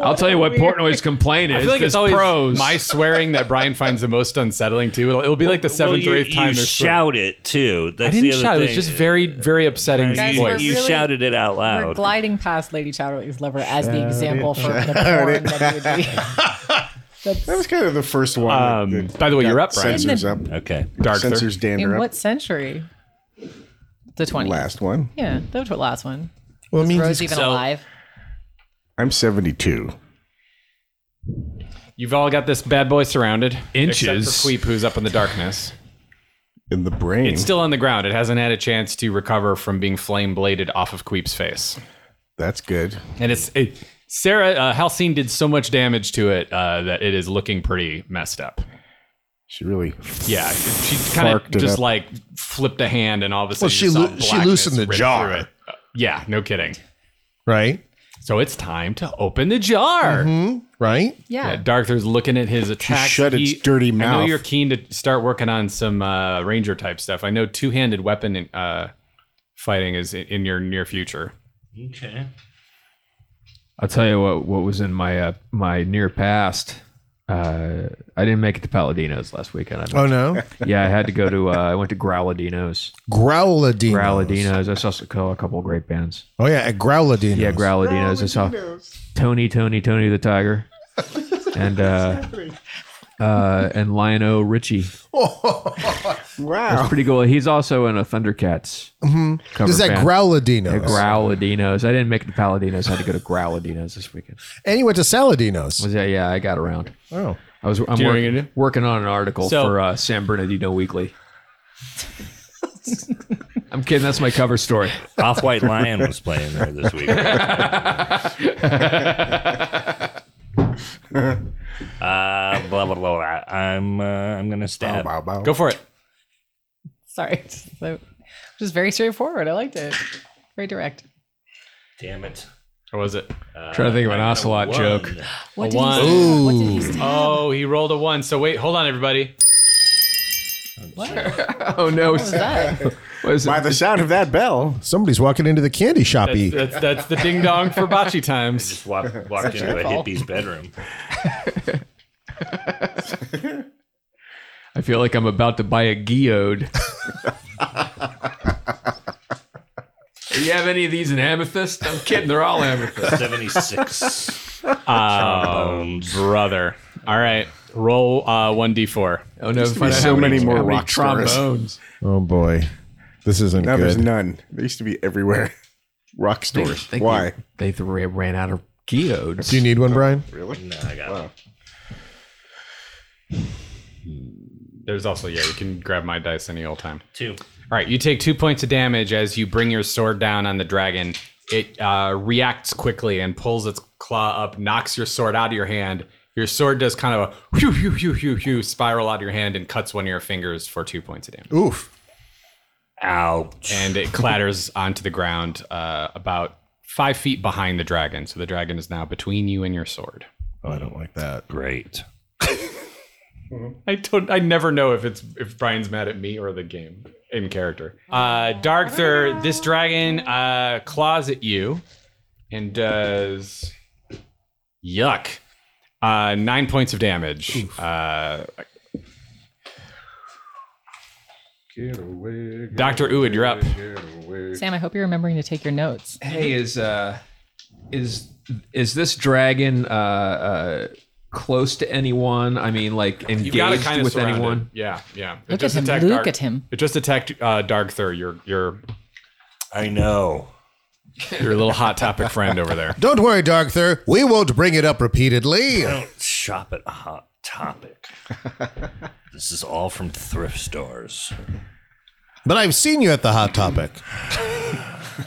[SPEAKER 8] I'll tell you what Portnoy's complaint is.
[SPEAKER 4] I feel like
[SPEAKER 8] this
[SPEAKER 4] it's always
[SPEAKER 8] pros.
[SPEAKER 4] my swearing that Brian finds the most unsettling too. It'll, it'll be like the seventh
[SPEAKER 1] you,
[SPEAKER 4] or eighth time.
[SPEAKER 1] you
[SPEAKER 4] they're swearing.
[SPEAKER 1] shout it too. That's
[SPEAKER 4] I didn't
[SPEAKER 1] the other
[SPEAKER 4] shout.
[SPEAKER 1] Thing.
[SPEAKER 4] It was just very, very upsetting
[SPEAKER 2] Guys,
[SPEAKER 1] you,
[SPEAKER 2] we're
[SPEAKER 4] voice.
[SPEAKER 1] you
[SPEAKER 2] really-
[SPEAKER 1] shouted it out
[SPEAKER 2] We're
[SPEAKER 1] loud.
[SPEAKER 2] gliding past Lady Chatterley's lover as the example for the porn that it would be.
[SPEAKER 6] That was kind of the first one. that-
[SPEAKER 4] Um,
[SPEAKER 6] that
[SPEAKER 4] by the way,
[SPEAKER 6] got
[SPEAKER 4] you're up, Brian.
[SPEAKER 6] Censors up.
[SPEAKER 1] okay.
[SPEAKER 4] Dark third.
[SPEAKER 6] Censors dander
[SPEAKER 2] In
[SPEAKER 6] up.
[SPEAKER 2] what century? The 20s.
[SPEAKER 6] Last one.
[SPEAKER 2] Yeah, the tw- last one.
[SPEAKER 7] Well, I mean,
[SPEAKER 2] Rose even
[SPEAKER 1] so-
[SPEAKER 2] alive?
[SPEAKER 6] I'm 72.
[SPEAKER 4] You've all got this bad boy surrounded.
[SPEAKER 8] Inches.
[SPEAKER 4] Except for Queep, who's up in the darkness.
[SPEAKER 6] In the brain.
[SPEAKER 4] It's still on the ground. It hasn't had a chance to recover from being flame bladed off of Queep's face.
[SPEAKER 6] That's good.
[SPEAKER 4] And it's it, Sarah uh, Halcine did so much damage to it uh, that it is looking pretty messed up.
[SPEAKER 6] She really.
[SPEAKER 4] Yeah, she kind of
[SPEAKER 6] Farked it
[SPEAKER 4] just
[SPEAKER 6] up.
[SPEAKER 4] like flipped a hand, and all of a sudden,
[SPEAKER 7] she
[SPEAKER 4] you saw
[SPEAKER 7] loo- she
[SPEAKER 4] blackness
[SPEAKER 7] loosened the
[SPEAKER 4] rip
[SPEAKER 7] jar.
[SPEAKER 4] through it. Uh, Yeah, no kidding.
[SPEAKER 7] right,
[SPEAKER 4] So it's time to open the jar.
[SPEAKER 7] right.
[SPEAKER 2] Yeah.
[SPEAKER 4] Yeah, Darkthor's looking at his attacks.
[SPEAKER 6] shut its dirty
[SPEAKER 4] I know
[SPEAKER 6] mouth.
[SPEAKER 4] you're keen to start working on some uh, ranger type stuff. I know two handed weapon uh, fighting is in- in your near future.
[SPEAKER 1] Okay.
[SPEAKER 8] I'll tell you what what was in my uh, my near past. Uh, I didn't make it to Paladinos last weekend. I,
[SPEAKER 7] Oh no,
[SPEAKER 8] yeah, I had to go to. Uh, I went to Growladinos.
[SPEAKER 7] Growladino.
[SPEAKER 8] Growladinos. I saw a couple of great bands.
[SPEAKER 7] Oh yeah, at Growladino.
[SPEAKER 8] Yeah, Growladinos. I saw Tony, Tony, Tony the Tiger, and uh, uh, and Lion O Richie. That's
[SPEAKER 6] Wow.
[SPEAKER 8] pretty cool. He's also in a Thundercats. Mm-hmm.
[SPEAKER 7] Is that Growladino?
[SPEAKER 8] Growladinos? I didn't make it to Paladinos. I had to go to Growladinos this weekend.
[SPEAKER 7] and you went to Saladinos.
[SPEAKER 8] Was that, yeah, I got around.
[SPEAKER 7] Oh,
[SPEAKER 8] I was I'm
[SPEAKER 4] you know what
[SPEAKER 8] working-
[SPEAKER 4] you're gonna do?
[SPEAKER 8] working on an article
[SPEAKER 4] So-
[SPEAKER 8] for uh, San Bernardino Weekly. I'm kidding. That's my cover story.
[SPEAKER 1] Off White Lion was playing there this week. uh, blah blah blah. blah. I'm uh, I'm gonna stab.
[SPEAKER 6] Bow, bow.
[SPEAKER 4] Go for it.
[SPEAKER 2] Sorry. So, just very straightforward. I liked it. Very direct.
[SPEAKER 1] Damn it!
[SPEAKER 4] What was it?
[SPEAKER 8] trying to think of an
[SPEAKER 1] I got a
[SPEAKER 8] ocelot
[SPEAKER 1] one.
[SPEAKER 8] joke.
[SPEAKER 2] What
[SPEAKER 4] A
[SPEAKER 2] did
[SPEAKER 4] one.
[SPEAKER 2] he stab? What did he stab?
[SPEAKER 4] Oh, he rolled a one. So wait, hold on, everybody.
[SPEAKER 8] Oh no!
[SPEAKER 2] What was that?
[SPEAKER 8] What is it?
[SPEAKER 6] By the sound of that bell.
[SPEAKER 7] somebody's walking into the candy shop.
[SPEAKER 4] That's,
[SPEAKER 7] E.
[SPEAKER 4] that's, that's the ding dong for bocce times.
[SPEAKER 1] Just walk, walked into a hippie's bedroom.
[SPEAKER 8] I feel like I'm about to buy a geode. Do you have any of these in amethyst? I'm kidding. They're all amethyst.
[SPEAKER 1] Seventy six. Um,
[SPEAKER 4] Oh, brother. All right, roll uh, 1d4.
[SPEAKER 8] Oh no!
[SPEAKER 6] be
[SPEAKER 8] Find out
[SPEAKER 6] so
[SPEAKER 8] how
[SPEAKER 6] many more
[SPEAKER 8] how many
[SPEAKER 6] rock stars.
[SPEAKER 8] trombones.
[SPEAKER 7] Oh boy, this isn't
[SPEAKER 6] Now there's
[SPEAKER 7] good.
[SPEAKER 6] none. They used to be everywhere. Rock stores.
[SPEAKER 8] They-
[SPEAKER 6] Why?
[SPEAKER 8] They, th- ran out of geodes.
[SPEAKER 7] Do you need one, Brian?
[SPEAKER 1] No, I got it.
[SPEAKER 4] There's also, yeah, you can grab my dice any old time.
[SPEAKER 1] two.
[SPEAKER 4] All right, you take two points of damage as you bring your sword down on the dragon. It uh, reacts quickly and pulls its claw up, knocks your sword out of your hand. Your sword does kind of a whew, whew, whew, whew, whew, spiral out of your hand and cuts one of your fingers for two points of damage.
[SPEAKER 7] Oof.
[SPEAKER 1] Ouch.
[SPEAKER 4] And it clatters onto the ground uh, about five feet behind the dragon. So the dragon is now between you and your sword.
[SPEAKER 7] Oh, I don't like that.
[SPEAKER 1] Great.
[SPEAKER 4] I don't. I never know if it's if Brian's mad at me or the game in character. Uh, Darkther, this dragon uh, claws at you and does yuck. Uh, nine points of damage. Uh, Doctor Uid, you're up.
[SPEAKER 2] Sam, I hope you're remembering to take your notes.
[SPEAKER 8] Hey, is uh, is is this dragon uh, uh close to anyone? I mean, like
[SPEAKER 4] You got it
[SPEAKER 8] engaged
[SPEAKER 4] kind of
[SPEAKER 8] with anyone?
[SPEAKER 4] Yeah, yeah. It
[SPEAKER 2] Look at
[SPEAKER 4] just
[SPEAKER 2] him.
[SPEAKER 4] attacked
[SPEAKER 2] Look
[SPEAKER 4] Dark-
[SPEAKER 2] at him.
[SPEAKER 4] It just attacked uh, Darkther, your your
[SPEAKER 1] I know.
[SPEAKER 4] your little hot topic friend over there.
[SPEAKER 7] Don't worry, Darkther. We won't bring it up repeatedly.
[SPEAKER 1] Don't shop at Hot Topic. this is all from thrift stores.
[SPEAKER 7] But I've seen you at the Hot Topic.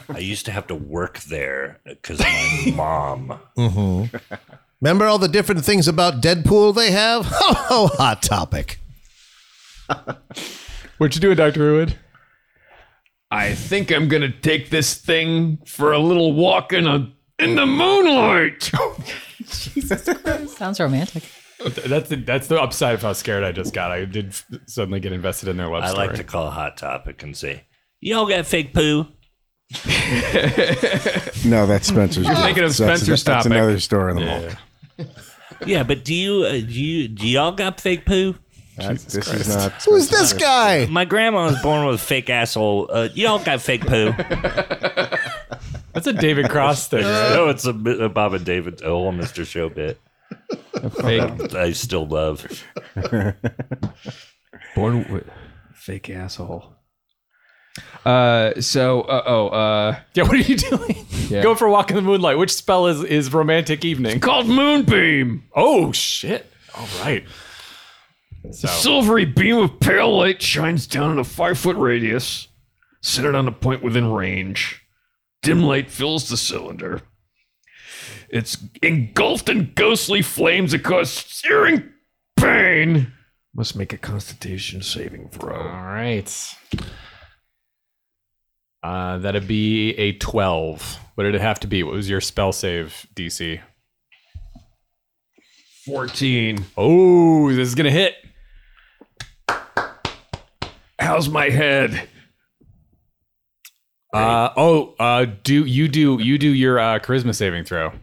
[SPEAKER 1] I used to have to work there because my mom.
[SPEAKER 7] Remember all the different things about Deadpool they have? Oh, Hot Topic.
[SPEAKER 4] What'd you do, Doctor Uid?
[SPEAKER 8] I think I'm gonna take this thing for a little walk in a in the moonlight.
[SPEAKER 2] Sounds romantic.
[SPEAKER 4] That's the, that's the upside of how scared I just got. I did suddenly get invested in their love
[SPEAKER 1] I
[SPEAKER 4] story.
[SPEAKER 1] like to call Hot Topic and say, "Y'all got fake poo."
[SPEAKER 6] No, that's Spencer's. You're
[SPEAKER 4] thinking of Spencer's
[SPEAKER 6] That's,
[SPEAKER 4] topic.
[SPEAKER 6] another store in the mall.
[SPEAKER 1] Yeah, but do you uh, do you do y'all got fake poo?
[SPEAKER 6] That- this is not.
[SPEAKER 7] Who is this guy?
[SPEAKER 1] My grandma was born with a fake asshole. Uh, y'all got fake poo.
[SPEAKER 4] That's a David Cross thing. right?
[SPEAKER 1] oh, it's a, bit- a Bob and David, a whole Mr. Show bit.
[SPEAKER 4] Fake.
[SPEAKER 1] I still love.
[SPEAKER 8] Born with fake asshole. Uh, so uh, oh uh,
[SPEAKER 4] Yeah, what are you doing?
[SPEAKER 8] Yeah.
[SPEAKER 4] Go for a walk in the moonlight. Which spell is is romantic evening?
[SPEAKER 8] called moonbeam,
[SPEAKER 4] Oh shit! All right. So
[SPEAKER 8] silvery beam of pale light shines down in a five foot radius, centered on a point within range. Dim light fills the cylinder. It's engulfed in ghostly flames that cause searing pain. Must make a Constitution saving throw.
[SPEAKER 4] all right. Uh, that'd be a twelve. What did it have to be? What was your spell save DC?
[SPEAKER 8] Fourteen.
[SPEAKER 4] Oh, this is gonna hit.
[SPEAKER 8] How's my head?
[SPEAKER 4] Uh, oh, uh, do you do you do your uh, charisma saving throw?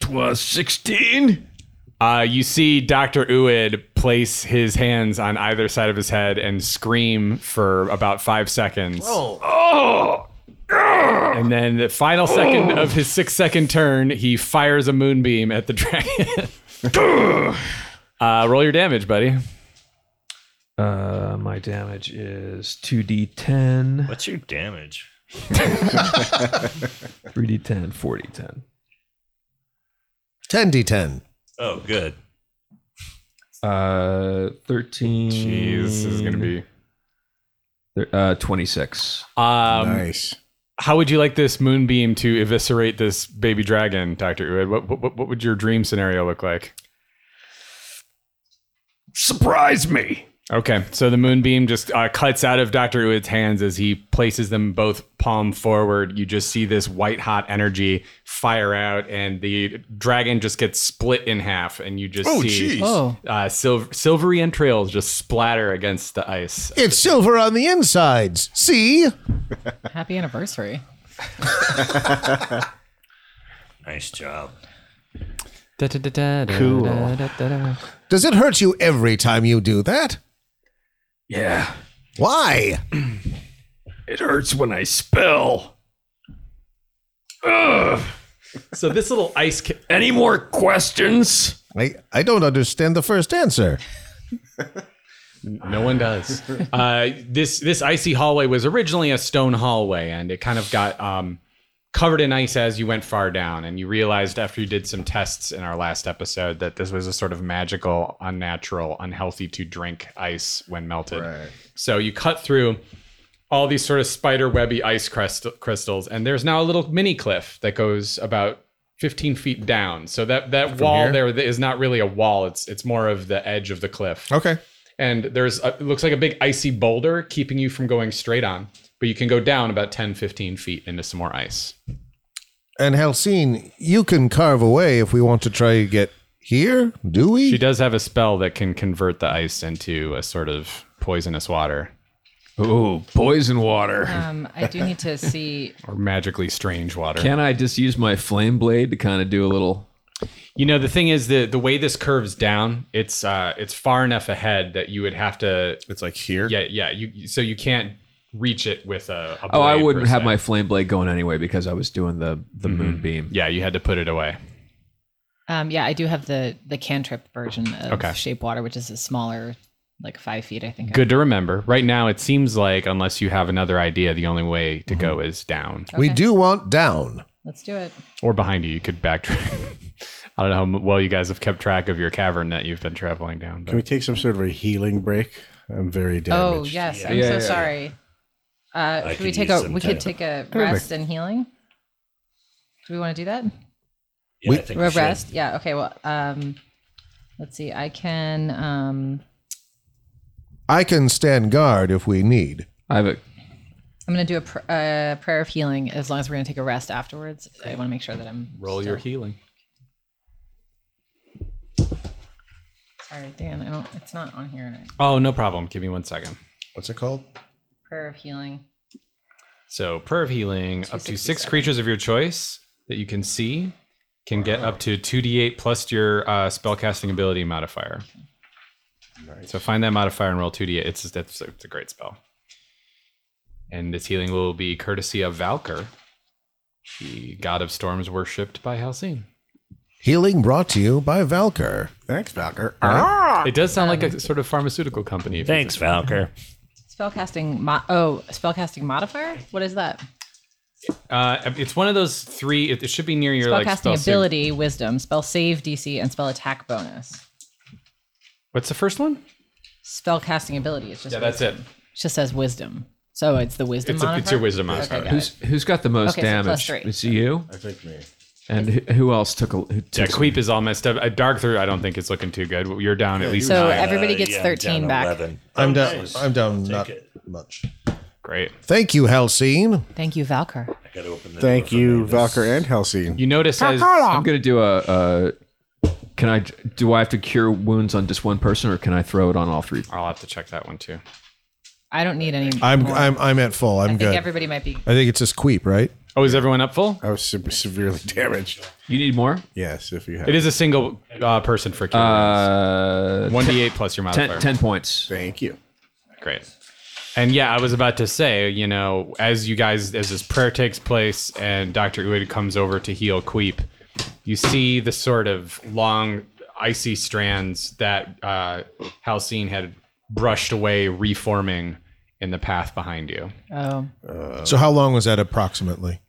[SPEAKER 8] Twas sixteen.
[SPEAKER 4] Uh, you see Dr. Uid place his hands on either side of his head and scream for about five seconds. And then the final second of his six second turn, he fires a moonbeam at the dragon. uh, roll your damage, buddy.
[SPEAKER 8] Uh, my damage is 2d10,
[SPEAKER 1] What's your damage?
[SPEAKER 8] 3d10, 4d10.
[SPEAKER 7] 10d10.
[SPEAKER 1] Oh, good.
[SPEAKER 8] Uh, 13.
[SPEAKER 4] Jeez, this is going to be.
[SPEAKER 8] Uh, 26.
[SPEAKER 4] Um,
[SPEAKER 6] nice.
[SPEAKER 4] How would you like this moonbeam to eviscerate this baby dragon, Dr. Uid? What, what, what would your dream scenario look like?
[SPEAKER 8] Surprise me!
[SPEAKER 4] Okay, so the moonbeam just uh, cuts out of Dr. Uid's hands as he places them both palm forward. You just see this white hot energy fire out, and the dragon just gets split in half, and you just see
[SPEAKER 2] Oh.
[SPEAKER 4] uh, silver, silvery entrails just splatter against the ice.
[SPEAKER 7] It's silver on the insides. See?
[SPEAKER 2] Happy anniversary.
[SPEAKER 1] Nice job.
[SPEAKER 6] Cool.
[SPEAKER 7] Does it hurt you every time you do that?
[SPEAKER 8] Yeah,
[SPEAKER 7] Why?
[SPEAKER 8] it hurts when I spell. Ugh.
[SPEAKER 4] So this little ice. Ca-
[SPEAKER 8] Any more questions?
[SPEAKER 7] I, I don't understand the first answer.
[SPEAKER 4] No one does. uh, this this icy hallway was originally a stone hallway, and it kind of got um, covered in ice as you went far down. And you realized after you did some tests in our last episode that this was a sort of magical, unnatural, unhealthy to drink ice when melted. So you cut through all these sort of spider webby ice crest- crystals, and there's now a little mini cliff that goes about 15 feet down. So that that wall there is not really a wall. It's it's more of the edge of the cliff
[SPEAKER 7] Okay.
[SPEAKER 4] and there's a, it looks like a big icy boulder keeping you from going straight on but you can go down about 10 15 feet into some more ice
[SPEAKER 7] And Halcine, you can carve away if we want to try to get here, do we?
[SPEAKER 4] she does have a spell that can convert the ice into a sort of poisonous water
[SPEAKER 8] Ooh, poison water.
[SPEAKER 2] Um, I do need to see.
[SPEAKER 4] or magically strange water
[SPEAKER 8] Can I just use my flame blade to kind of do a little.
[SPEAKER 4] you know the thing is the the way this curves down it's uh it's far enough ahead that you would have to
[SPEAKER 6] It's like here.
[SPEAKER 4] yeah yeah you so you can't reach it with a, a
[SPEAKER 8] Oh, I
[SPEAKER 4] blade,
[SPEAKER 8] wouldn't
[SPEAKER 4] per
[SPEAKER 8] have
[SPEAKER 4] se.
[SPEAKER 8] my flame blade going anyway because I was doing the, the moonbeam.
[SPEAKER 4] yeah you had to put it away
[SPEAKER 2] Um, yeah, I do have the the cantrip version of
[SPEAKER 4] Okay.
[SPEAKER 2] shape water, which is a smaller, like five feet, I think.
[SPEAKER 4] good to remember right now it seems like unless you have another idea the only way to
[SPEAKER 8] Mm-hmm.
[SPEAKER 4] go is down
[SPEAKER 7] We do want down.
[SPEAKER 2] Let's do it.
[SPEAKER 4] or behind you. You could backtrack. I don't know how m- well you guys have kept track of your cavern that you've been traveling down.
[SPEAKER 6] Can we
[SPEAKER 4] But
[SPEAKER 6] take some sort of a healing break? I'm very damaged.
[SPEAKER 2] Oh yes, I'm
[SPEAKER 8] Yeah,
[SPEAKER 2] so
[SPEAKER 8] yeah, yeah.
[SPEAKER 2] sorry. Uh, could we
[SPEAKER 1] could
[SPEAKER 2] take
[SPEAKER 1] use
[SPEAKER 2] a
[SPEAKER 1] some
[SPEAKER 2] we
[SPEAKER 1] time.
[SPEAKER 2] could take a rest and healing? Do we want to do that?
[SPEAKER 1] Yeah, I think we
[SPEAKER 2] A
[SPEAKER 1] should.
[SPEAKER 2] rest? Yeah. Okay. Well, um, let's see. I can. Um,
[SPEAKER 7] I can stand guard if we need.
[SPEAKER 8] I have a.
[SPEAKER 2] I'm gonna do a pr- uh, prayer of healing as long as we're gonna take a rest afterwards. I want to make sure that I'm.
[SPEAKER 4] roll your healing.
[SPEAKER 2] Sorry, Dan. I don't. It's not on here. and I-
[SPEAKER 4] Oh, no problem. Give me one second.
[SPEAKER 7] What's it called?
[SPEAKER 2] Prayer of healing.
[SPEAKER 4] So, prayer of healing up to six creatures of your choice that you can see can get up to 2d8 plus your uh, spellcasting ability modifier. So, find that modifier and roll 2d8. It's, that's it's a great spell. And this healing will be courtesy of Valkyr, the god of storms worshipped by Halcyon.
[SPEAKER 7] Healing brought to you by Valkyr.
[SPEAKER 6] Thanks, Valkyr.
[SPEAKER 4] It does sound like a sort of pharmaceutical company. if you
[SPEAKER 1] Thanks, Valkyr.
[SPEAKER 2] Spellcasting. Mo- oh, spellcasting modifier. What is that?
[SPEAKER 4] Uh, it's one of those three. It, it should be near your like
[SPEAKER 2] Spellcasting
[SPEAKER 4] spell save-
[SPEAKER 2] ability, wisdom, spell save DC, and spell attack bonus.
[SPEAKER 4] What's the first one?
[SPEAKER 2] Spellcasting ability. It's just
[SPEAKER 4] Yeah, that's it.
[SPEAKER 2] It just says wisdom. So it's the wisdom.
[SPEAKER 4] It's, a, it's
[SPEAKER 2] modifier?
[SPEAKER 4] your wisdom modifier.
[SPEAKER 2] Okay, got
[SPEAKER 8] Who's who's got the most
[SPEAKER 2] Okay, so
[SPEAKER 8] damage?
[SPEAKER 2] plus three.
[SPEAKER 8] It's you.
[SPEAKER 6] I think me.
[SPEAKER 8] And who, who else took a? Who
[SPEAKER 4] Yeah,
[SPEAKER 8] took
[SPEAKER 4] Queep is all messed up. Uh, Dark Through, I don't think it's looking too good. You're down at
[SPEAKER 2] it.
[SPEAKER 4] least
[SPEAKER 2] So
[SPEAKER 4] nine.
[SPEAKER 2] everybody
[SPEAKER 1] Uh,
[SPEAKER 2] gets
[SPEAKER 1] yeah, I'm
[SPEAKER 2] 13
[SPEAKER 1] down
[SPEAKER 2] back.
[SPEAKER 1] 11.
[SPEAKER 7] I'm
[SPEAKER 1] Oh,
[SPEAKER 7] down.
[SPEAKER 1] nice.
[SPEAKER 7] I'm down. Not
[SPEAKER 1] it.
[SPEAKER 7] much.
[SPEAKER 4] Great.
[SPEAKER 7] Thank you, Halcine.
[SPEAKER 2] Thank you, Valkyr.
[SPEAKER 1] I gotta open the door
[SPEAKER 6] Thank
[SPEAKER 1] for
[SPEAKER 6] you,
[SPEAKER 1] Mavis.
[SPEAKER 6] Valkyr and Halcyon.
[SPEAKER 4] You notice as
[SPEAKER 8] I'm gonna do a. a can I? Do I have to cure wounds on just one person, or can I throw it on all three?
[SPEAKER 4] I'll have to check that one too.
[SPEAKER 2] I don't need any.
[SPEAKER 7] I'm.
[SPEAKER 2] more.
[SPEAKER 7] I'm. I'm at full. I'm
[SPEAKER 2] I
[SPEAKER 7] good.
[SPEAKER 2] think everybody might be.
[SPEAKER 7] I think it's just queep, right?
[SPEAKER 4] Oh, is everyone up full?
[SPEAKER 6] I was se- severely damaged.
[SPEAKER 8] You need more.
[SPEAKER 6] Yes, if you have.
[SPEAKER 4] It is a single uh, person for cure.
[SPEAKER 8] Uh,
[SPEAKER 4] One d8 plus your modifier.
[SPEAKER 8] ten, 10 points.
[SPEAKER 6] Thank you.
[SPEAKER 4] Great. And yeah, I was about to say, you know, as you guys, as this prayer takes place and Dr. Uid comes over to heal Queep, you see the sort of long, icy strands that uh, Halcyon had brushed away, reforming in the path behind you.
[SPEAKER 2] Oh,
[SPEAKER 7] so how long was that approximately?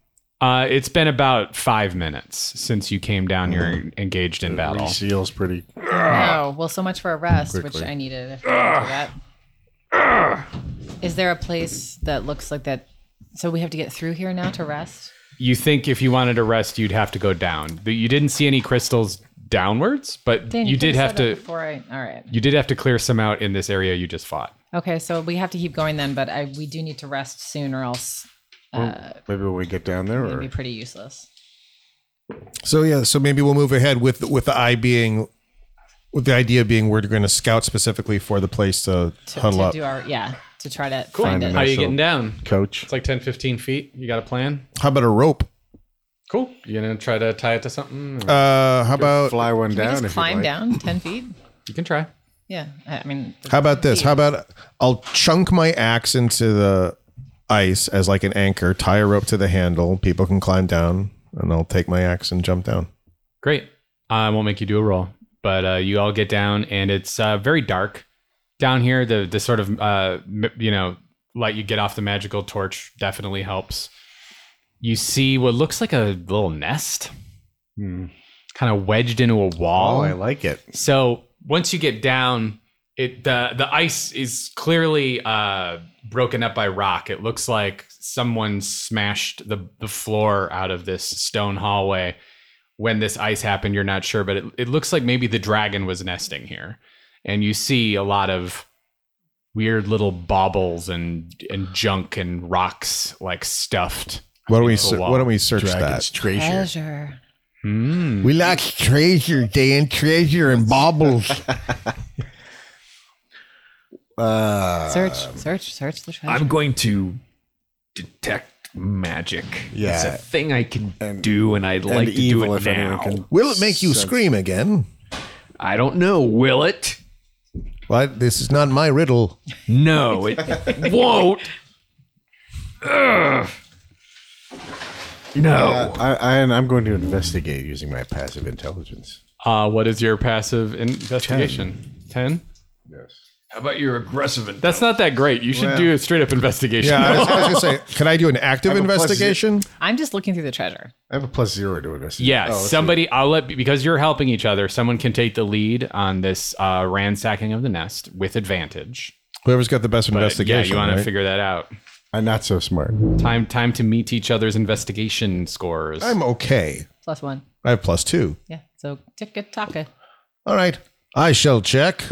[SPEAKER 4] Uh, it's been about five minutes since you came down here engaged in battle.
[SPEAKER 6] Seals pretty.
[SPEAKER 2] no. Well, so much for a rest, which I needed. If I do that. Is there a place that looks like that? So we have to get through here now to rest.
[SPEAKER 4] You think if you wanted to rest, you'd have to go down. But You didn't see any crystals downwards, but
[SPEAKER 2] Dan,
[SPEAKER 4] you
[SPEAKER 2] could've
[SPEAKER 4] did have
[SPEAKER 2] said that
[SPEAKER 4] to.
[SPEAKER 2] Before I, all right.
[SPEAKER 4] You did have to clear some out in this area you just fought.
[SPEAKER 2] Okay, so we have to keep going then, but I we do need to rest soon, or else
[SPEAKER 6] Maybe when we get down there,
[SPEAKER 2] it'd
[SPEAKER 6] or
[SPEAKER 2] be pretty useless.
[SPEAKER 7] So yeah. So maybe we'll move ahead with with the eye being, with the idea being we're going to scout specifically for the place to,
[SPEAKER 2] To,
[SPEAKER 7] huddle
[SPEAKER 2] to
[SPEAKER 7] up.
[SPEAKER 2] do our yeah to try to find it.
[SPEAKER 4] How are you getting down?
[SPEAKER 6] coach.
[SPEAKER 4] It's like 10, 15 feet. You got a plan?
[SPEAKER 7] How about a rope?
[SPEAKER 4] Cool. You gonna try to tie it to something? Or-
[SPEAKER 7] Uh, how about
[SPEAKER 6] Fly one
[SPEAKER 2] Can we
[SPEAKER 6] down.
[SPEAKER 2] just
[SPEAKER 6] if
[SPEAKER 2] climb
[SPEAKER 6] you'd like.
[SPEAKER 2] down ten feet.
[SPEAKER 4] you can try.
[SPEAKER 2] Yeah, I I mean,
[SPEAKER 7] how about this? How about I'll chunk my axe into the ice as like an anchor, tie a rope to the handle. People can climb down, and I'll take my axe and jump down.
[SPEAKER 4] Great. I won't make you do a roll, but uh, you all get down, and it's uh, very dark down here. The the sort of uh, m- you know light you get off the magical torch definitely helps. You see what looks like a little nest, kind of wedged into a wall.
[SPEAKER 6] Hmm. Oh, I like it.
[SPEAKER 4] So once you get down, it the the ice is clearly uh, broken up by rock. It looks like someone smashed the the floor out of this stone hallway. When this ice happened, you're not sure, but it, it looks like maybe the dragon was nesting here, and you see a lot of weird little baubles and and junk and rocks like stuffed.
[SPEAKER 7] Why don't we?
[SPEAKER 4] Into a
[SPEAKER 7] Ser-
[SPEAKER 4] wall.
[SPEAKER 7] why don't we search
[SPEAKER 6] Dragon's
[SPEAKER 7] that?
[SPEAKER 6] treasure.
[SPEAKER 2] Treasure.
[SPEAKER 4] Hmm.
[SPEAKER 7] We lack treasure, Dan. Treasure and baubles.
[SPEAKER 6] Uh,
[SPEAKER 2] Search, search, search the treasure.
[SPEAKER 8] I'm going to detect magic. it's
[SPEAKER 6] Yeah.
[SPEAKER 8] a thing I can do, and I'd like to do it now.
[SPEAKER 7] Will it make you scream again?
[SPEAKER 8] I don't know. Will it?
[SPEAKER 7] Well, this is not my riddle.
[SPEAKER 8] No, it won't. Ugh. No.
[SPEAKER 6] Uh, I, I, and I'm going to investigate using my passive intelligence.
[SPEAKER 4] Uh, what is your passive investigation? Ten.
[SPEAKER 6] Yes.
[SPEAKER 8] How about your aggressive? And-
[SPEAKER 4] That's not that great. You should do a straight up investigation.
[SPEAKER 7] Yeah, I was, I was gonna say, can I do an active
[SPEAKER 6] a plus
[SPEAKER 7] investigation?
[SPEAKER 2] I'm just looking through the treasure.
[SPEAKER 6] I have a plus zero to investigate.
[SPEAKER 4] Yeah,
[SPEAKER 6] Oh, let's see.
[SPEAKER 4] somebody. I'll let because you're helping each other. Someone can take the lead on this uh, ransacking of the nest with advantage.
[SPEAKER 7] Whoever's got the best
[SPEAKER 4] But yeah,
[SPEAKER 7] investigation.
[SPEAKER 4] you want
[SPEAKER 7] right?
[SPEAKER 4] to figure that out.
[SPEAKER 6] I'm not so smart.
[SPEAKER 4] Time, time to meet each other's investigation scores.
[SPEAKER 7] I'm okay.
[SPEAKER 2] Plus one.
[SPEAKER 7] I have plus two.
[SPEAKER 2] Yeah. So ticka taka.
[SPEAKER 7] All right, I shall check.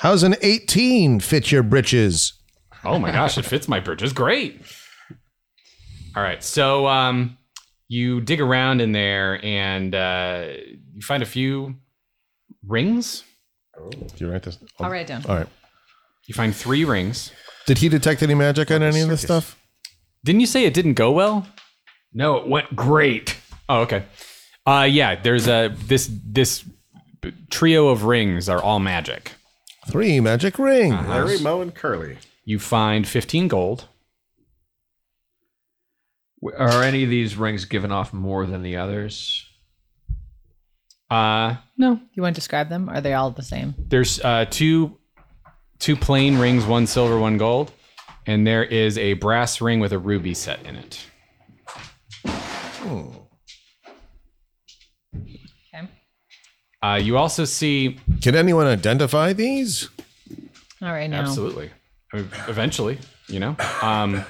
[SPEAKER 7] How's an eighteen fit your britches?
[SPEAKER 4] oh my gosh, it fits my bridges. Great. All right, so um, you dig around in there and uh, you find a few rings.
[SPEAKER 7] Do you write this?
[SPEAKER 2] I'll write it down.
[SPEAKER 7] All right.
[SPEAKER 4] You find three rings.
[SPEAKER 7] Did he detect any magic on any of this stuff?
[SPEAKER 4] Didn't you say it didn't go well?
[SPEAKER 8] No, it went great.
[SPEAKER 4] Oh, okay. Uh, yeah, there's a this this trio of rings are all magic.
[SPEAKER 7] Three magic rings.
[SPEAKER 4] Uh-huh.
[SPEAKER 6] Larry, Moe, and Curly.
[SPEAKER 4] You find 15 gold.
[SPEAKER 8] W- Are any of these rings giving off more than the others?
[SPEAKER 4] Uh, no,
[SPEAKER 2] You want to describe them? Are they all the same?
[SPEAKER 4] there's uh, two two plain rings, one silver, one gold, and there is a brass ring with a ruby set in it.
[SPEAKER 2] Okay.
[SPEAKER 4] Uh, you also see
[SPEAKER 7] Can anyone identify these?
[SPEAKER 2] All right, now.
[SPEAKER 4] Absolutely. I mean, eventually, you know. Um,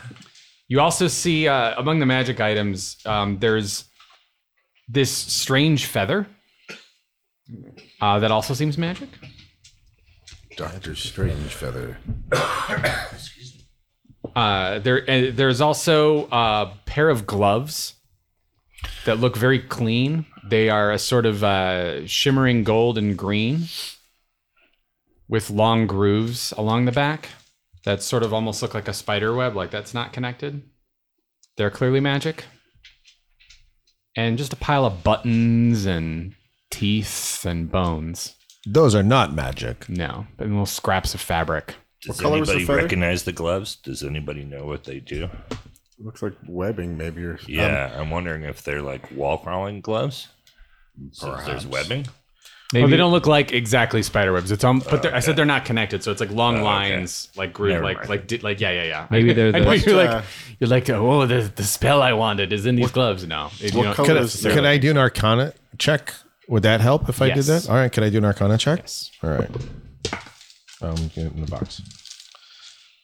[SPEAKER 4] you also see uh, among the magic items, um, there's this strange feather uh, that also seems magic.
[SPEAKER 6] Doctor Strange Feather.
[SPEAKER 4] Uh, there, uh, there's also a pair of gloves that look very clean. They are a sort of uh, shimmering gold and green with long grooves along the back that sort of almost look like a spider web, like that's not connected. They're clearly magic. And just a pile of buttons and teeth and bones.
[SPEAKER 7] Those are not magic.
[SPEAKER 4] No, but little scraps of fabric.
[SPEAKER 1] Does
[SPEAKER 6] color was the
[SPEAKER 1] anybody
[SPEAKER 6] feather?
[SPEAKER 1] recognize the gloves? Does anybody know what they do?
[SPEAKER 6] Looks like webbing, maybe. Or
[SPEAKER 1] Yeah, I'm wondering if they're like wall crawling gloves. Since there's webbing.
[SPEAKER 4] Maybe. they don't look like exactly spider webs. It's um, but they're I said they're not connected, so it's like long
[SPEAKER 1] okay.
[SPEAKER 4] lines, like groove,
[SPEAKER 1] Never
[SPEAKER 4] like
[SPEAKER 1] mind.
[SPEAKER 4] like di- like yeah, yeah, yeah.
[SPEAKER 8] Maybe they're
[SPEAKER 4] I
[SPEAKER 8] the-
[SPEAKER 4] know you're
[SPEAKER 6] Uh,
[SPEAKER 4] like you're like oh the, the spell I wanted is in these gloves. No, It- you
[SPEAKER 6] what
[SPEAKER 4] know-
[SPEAKER 6] color
[SPEAKER 7] Could I,
[SPEAKER 6] is the-
[SPEAKER 7] could I do an arcana check? Would that help if I did
[SPEAKER 4] Yes.
[SPEAKER 7] that? All right, could I do an arcana check? All right. Um, get it in the box.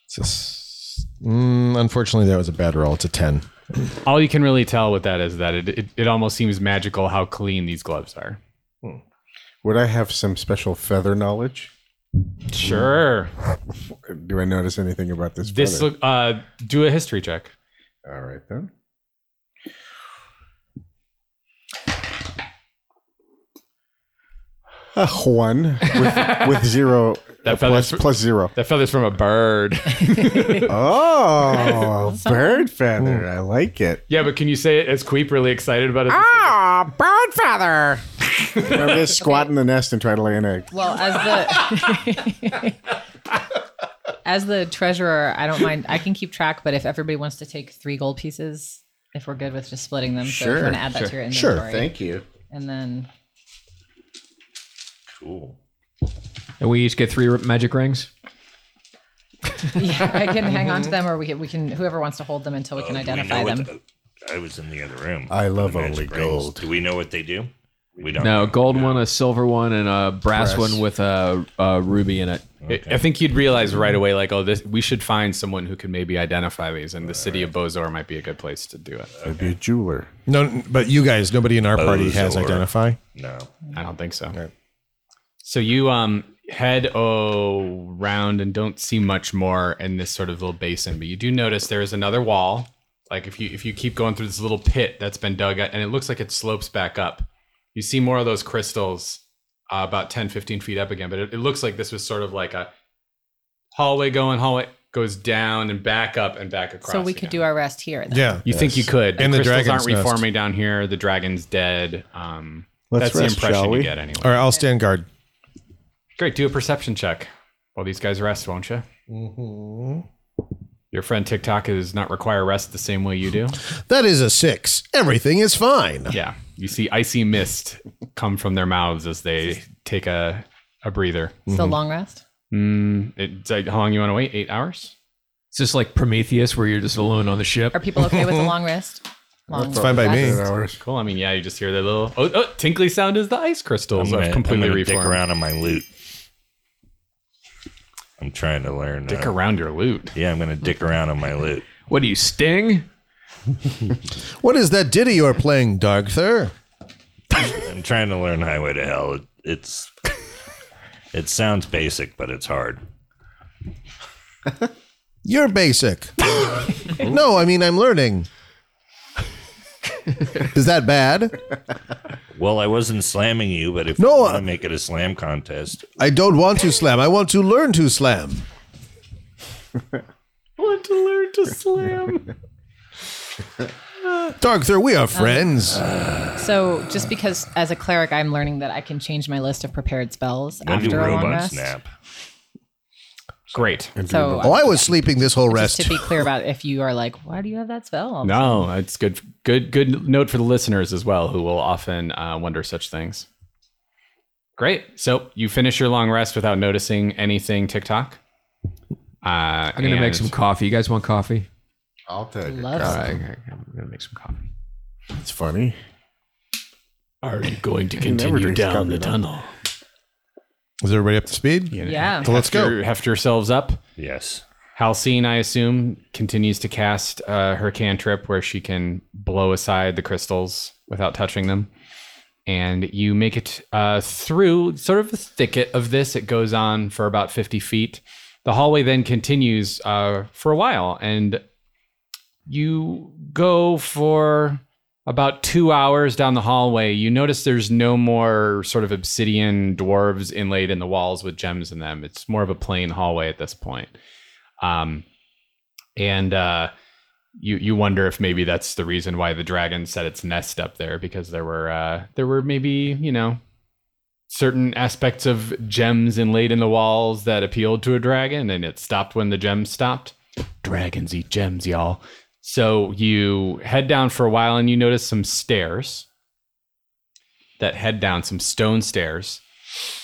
[SPEAKER 7] It's a s- mm, unfortunately, that was a bad roll. It's a 10.
[SPEAKER 4] all you can really tell with that is that it, it it almost seems magical how clean these gloves are.
[SPEAKER 6] Would I have some special feather knowledge?
[SPEAKER 4] Sure,
[SPEAKER 6] Do I notice anything about this?
[SPEAKER 4] this
[SPEAKER 6] feather?
[SPEAKER 4] look uh do a history check.
[SPEAKER 6] All right then. A one Uh, with, with zero
[SPEAKER 4] That
[SPEAKER 6] uh, plus,
[SPEAKER 4] feather's-
[SPEAKER 6] plus zero.
[SPEAKER 4] That feather's from a bird.
[SPEAKER 6] Oh, bird feather! I like it.
[SPEAKER 4] yeah, but can you say it as Queep really excited about it?
[SPEAKER 6] Oh, bird feather! I'm gonna squat in the nest and try to lay an egg.
[SPEAKER 2] Well, as the as the treasurer, I don't mind. I can keep track, but if everybody wants to take three gold pieces, if we're good with just splitting them, so if you
[SPEAKER 6] Sure,
[SPEAKER 2] want to add that to your inventory,
[SPEAKER 6] you.
[SPEAKER 2] And then
[SPEAKER 1] Cool.
[SPEAKER 8] And we each get three r- magic rings.
[SPEAKER 2] yeah, I can hang on to them, or we can, we can whoever wants to hold them until we can
[SPEAKER 1] Do Oh, we know
[SPEAKER 2] identify
[SPEAKER 1] what
[SPEAKER 2] them.
[SPEAKER 1] the- I was in the other room.
[SPEAKER 6] I love
[SPEAKER 1] The magic
[SPEAKER 6] only
[SPEAKER 1] rings.
[SPEAKER 6] gold.
[SPEAKER 1] Do we know what they do? We don't.
[SPEAKER 8] No,
[SPEAKER 1] know.
[SPEAKER 8] a gold one, a silver one, and a brass, one with a, a ruby in it.
[SPEAKER 4] I- I think you'd realize right away, like, oh, this we should find someone who can maybe identify these, and the city of Bozor might be a good place to do it.
[SPEAKER 6] I'd be a jeweler.
[SPEAKER 7] No, n- but you guys, nobody in our party has
[SPEAKER 1] Bozor.
[SPEAKER 7] identify.
[SPEAKER 1] No.
[SPEAKER 4] I don't think so. So you um head oh round and don't see much more in this sort of little basin, but you do notice there is another wall. Like if you if you keep going through this little pit that's been dug out, and it looks like it slopes back up. You see more of those crystals uh, about 10, 15 feet up again, but it, it looks like this was sort of like a hallway going, hallway goes down and back up and back across.
[SPEAKER 2] So we could
[SPEAKER 4] again.
[SPEAKER 2] do our rest here. Then.
[SPEAKER 7] Yeah.
[SPEAKER 4] You think you could?
[SPEAKER 7] And the
[SPEAKER 4] crystals aren't
[SPEAKER 7] dragon's nest.
[SPEAKER 4] reforming down here. The dragon's dead. Um,
[SPEAKER 6] Let's
[SPEAKER 4] that's the
[SPEAKER 6] rest,
[SPEAKER 4] impression
[SPEAKER 6] shall
[SPEAKER 4] you
[SPEAKER 6] we?
[SPEAKER 4] get anyway.
[SPEAKER 7] All right, I'll stand guard.
[SPEAKER 4] Great. Do a perception check while these guys rest, won't you?
[SPEAKER 1] Mm-hmm.
[SPEAKER 4] Your friend TikTok does not require rest the same way you do.
[SPEAKER 7] That is a six. Everything is fine.
[SPEAKER 4] Yeah. You see icy mist come from their mouths as they take a, a breather.
[SPEAKER 2] So long rest.
[SPEAKER 4] Mm, it's like, how long you want to wait? Eight hours?
[SPEAKER 8] It's just like Prometheus, where you're just alone on the ship.
[SPEAKER 2] Are people okay with a long rest? Long
[SPEAKER 7] It's fine by me.
[SPEAKER 4] Cool. I mean, yeah, you just hear the little oh, oh, tinkly sound as the ice crystals
[SPEAKER 1] I'm gonna,
[SPEAKER 4] have completely
[SPEAKER 1] I'm gonna
[SPEAKER 4] reformed.
[SPEAKER 1] dick around on my loot. I'm trying to learn.
[SPEAKER 4] Dick
[SPEAKER 1] uh,
[SPEAKER 4] around your loot.
[SPEAKER 1] Yeah, I'm gonna dick around on my loot.
[SPEAKER 8] What do you sting?
[SPEAKER 7] What is that ditty you're playing, Darkther?
[SPEAKER 1] I'm trying to learn Highway to Hell. It, it's it sounds basic, but it's hard.
[SPEAKER 7] You're basic. no, I mean, I'm learning. is that bad?
[SPEAKER 1] Well, I wasn't slamming you, but if
[SPEAKER 7] No,
[SPEAKER 1] you want
[SPEAKER 7] I-
[SPEAKER 1] to make it a slam contest,
[SPEAKER 7] I don't want to slam. I want to learn to slam.
[SPEAKER 4] Want to learn to slam?
[SPEAKER 7] Darkther, we
[SPEAKER 2] Oh.
[SPEAKER 7] are friends.
[SPEAKER 2] So just because as a cleric I'm learning that I can change my list of prepared spells
[SPEAKER 1] When do
[SPEAKER 2] after a long
[SPEAKER 1] robots
[SPEAKER 2] rest.
[SPEAKER 1] snap?
[SPEAKER 4] Great.
[SPEAKER 2] So
[SPEAKER 7] oh, I was sleeping this whole
[SPEAKER 2] just
[SPEAKER 7] rest.
[SPEAKER 2] to be clear about if you are like, why do you have that spell?
[SPEAKER 4] No, it's good. Good. Good note for the listeners as well, who will often uh, wonder such things. Great. So you finish your long rest without noticing anything. TikTok. Uh,
[SPEAKER 8] I'm gonna make some coffee. You guys want coffee?
[SPEAKER 3] I'll take it.
[SPEAKER 2] Love
[SPEAKER 8] All
[SPEAKER 2] it.
[SPEAKER 8] right, okay, I'm gonna make some coffee.
[SPEAKER 6] It's funny.
[SPEAKER 5] Are you going to
[SPEAKER 6] never
[SPEAKER 5] continue
[SPEAKER 6] drinks
[SPEAKER 5] down
[SPEAKER 6] coffee,
[SPEAKER 5] the
[SPEAKER 6] though.
[SPEAKER 5] tunnel?
[SPEAKER 7] Is everybody up to speed?
[SPEAKER 2] Yeah.
[SPEAKER 7] So let's go.
[SPEAKER 4] heft yourselves up.
[SPEAKER 1] Yes.
[SPEAKER 4] Halcyon, I assume, continues to cast uh, her cantrip where she can blow aside the crystals without touching them. And you make it uh, through sort of the thicket of this. It goes on for about 50 feet. The hallway then continues uh, for a while. And you go for about two hours down the hallway. You notice there's no more sort of obsidian dwarves inlaid in the walls with gems in them. It's more of a plain hallway at this point um, and uh, you you wonder if maybe that's the reason why the dragon set its nest up there because there were uh, there were maybe you know certain aspects of gems inlaid in the walls that appealed to a dragon and it stopped when the gems stopped. Dragons eat gems, y'all. So you head down for a while and you notice some stairs that head down some stone stairs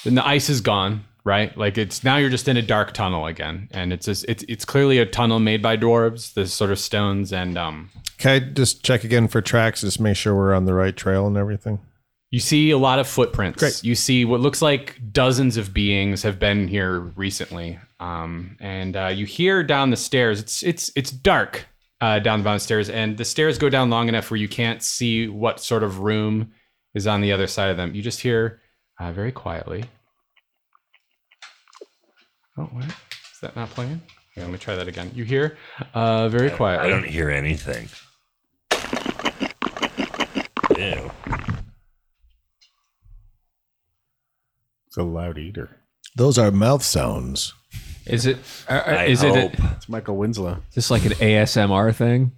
[SPEAKER 4] then the ice is gone right like it's now you're just in a dark tunnel again and it's just, it's it's clearly a tunnel made by dwarves the sort of stones and um
[SPEAKER 7] Can I just check again for tracks? Just make sure we're on the right trail and everything.
[SPEAKER 4] you see a lot of footprints you see what looks like dozens of beings have been here recently um and uh, you hear down the stairs it's it's it's dark uh, down the bottom stairs and the stairs go down long enough where you can't see what sort of room is on the other side of them you just hear uh, very quietly Oh, what? Is that not playing? Yeah, let me try that again. You hear? Uh, very
[SPEAKER 1] I
[SPEAKER 4] quietly.
[SPEAKER 1] don't hear anything.
[SPEAKER 4] Uh,
[SPEAKER 1] Ew.
[SPEAKER 6] It's a loud eater.
[SPEAKER 7] Those are mouth sounds.
[SPEAKER 8] Is it? uh, uh,
[SPEAKER 1] I
[SPEAKER 8] is
[SPEAKER 1] hope.
[SPEAKER 8] it
[SPEAKER 6] It's Michael Winslow.
[SPEAKER 8] just like an ASMR thing?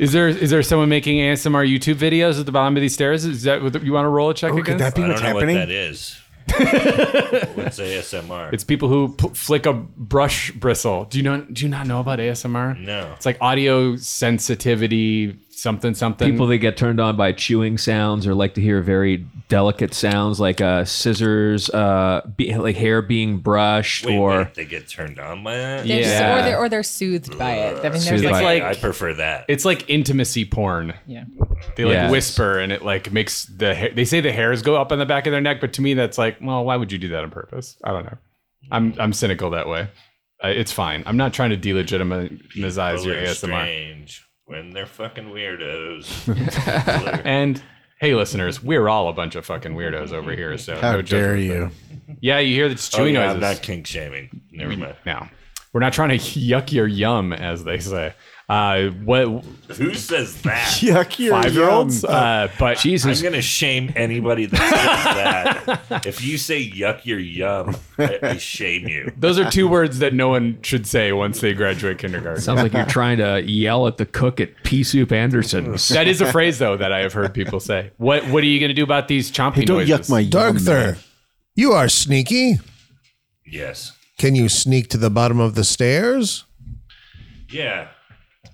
[SPEAKER 4] Is there is there someone making ASMR YouTube videos at the bottom of these stairs? Is that what you want to roll a check against?
[SPEAKER 1] I don't know what that is. What's ASMR?
[SPEAKER 4] it's people who p- flick a brush bristle. Do you know? Do you not know about ASMR?
[SPEAKER 1] no.
[SPEAKER 4] It's like audio sensitivity, something something.
[SPEAKER 8] People that get turned on by chewing sounds or like to hear very delicate sounds like uh, scissors, uh, be, like hair being brushed,
[SPEAKER 1] Wait,
[SPEAKER 8] or
[SPEAKER 1] wait, they get turned on by that.
[SPEAKER 2] They're just-
[SPEAKER 4] Yeah.
[SPEAKER 2] or they're or they're soothed by it. I mean, there's
[SPEAKER 8] Soothed
[SPEAKER 4] it's
[SPEAKER 8] by
[SPEAKER 1] I-
[SPEAKER 8] it.
[SPEAKER 4] like
[SPEAKER 1] I prefer that.
[SPEAKER 4] it's like intimacy porn.
[SPEAKER 2] yeah.
[SPEAKER 4] They like
[SPEAKER 8] Yes.
[SPEAKER 4] whisper and it like makes the ha- they say the hairs go up on the back of their neck, but to me that's like, well, why would you do that on purpose? I don't know. I'm I'm cynical that way. Uh, it's fine. I'm not trying to delegitimize
[SPEAKER 1] People
[SPEAKER 4] your
[SPEAKER 1] are
[SPEAKER 4] ASMR.
[SPEAKER 1] strange when they're fucking weirdos.
[SPEAKER 4] And hey, listeners, we're all a bunch of fucking weirdos over here. So
[SPEAKER 6] How
[SPEAKER 4] no
[SPEAKER 6] dare
[SPEAKER 4] judgment.
[SPEAKER 6] you?
[SPEAKER 4] Yeah, you hear the
[SPEAKER 1] oh,
[SPEAKER 4] chewing
[SPEAKER 1] yeah,
[SPEAKER 4] noises.
[SPEAKER 1] I'm not kink shaming. Never mind.
[SPEAKER 4] No, we're not trying to yuck your yum, as they say. Uh, what
[SPEAKER 1] Who says that?
[SPEAKER 6] Yuck, you're
[SPEAKER 4] five year olds?
[SPEAKER 6] young.
[SPEAKER 4] Uh, but Jesus,
[SPEAKER 1] I'm gonna shame anybody that says that. If you say yuck your yum, I, I shame you.
[SPEAKER 4] those are two words that no one should say once they graduate kindergarten.
[SPEAKER 8] sounds like you're trying to yell at the cook at Pea Soup Anderson's.
[SPEAKER 4] That is a phrase though that I have heard people say. What What are you going to do about these chompy
[SPEAKER 6] Don't
[SPEAKER 4] noises?
[SPEAKER 6] yuck my yum, man.
[SPEAKER 7] Darkther, you are sneaky.
[SPEAKER 1] Yes.
[SPEAKER 7] Can you sneak to the bottom of the stairs?
[SPEAKER 1] Yeah.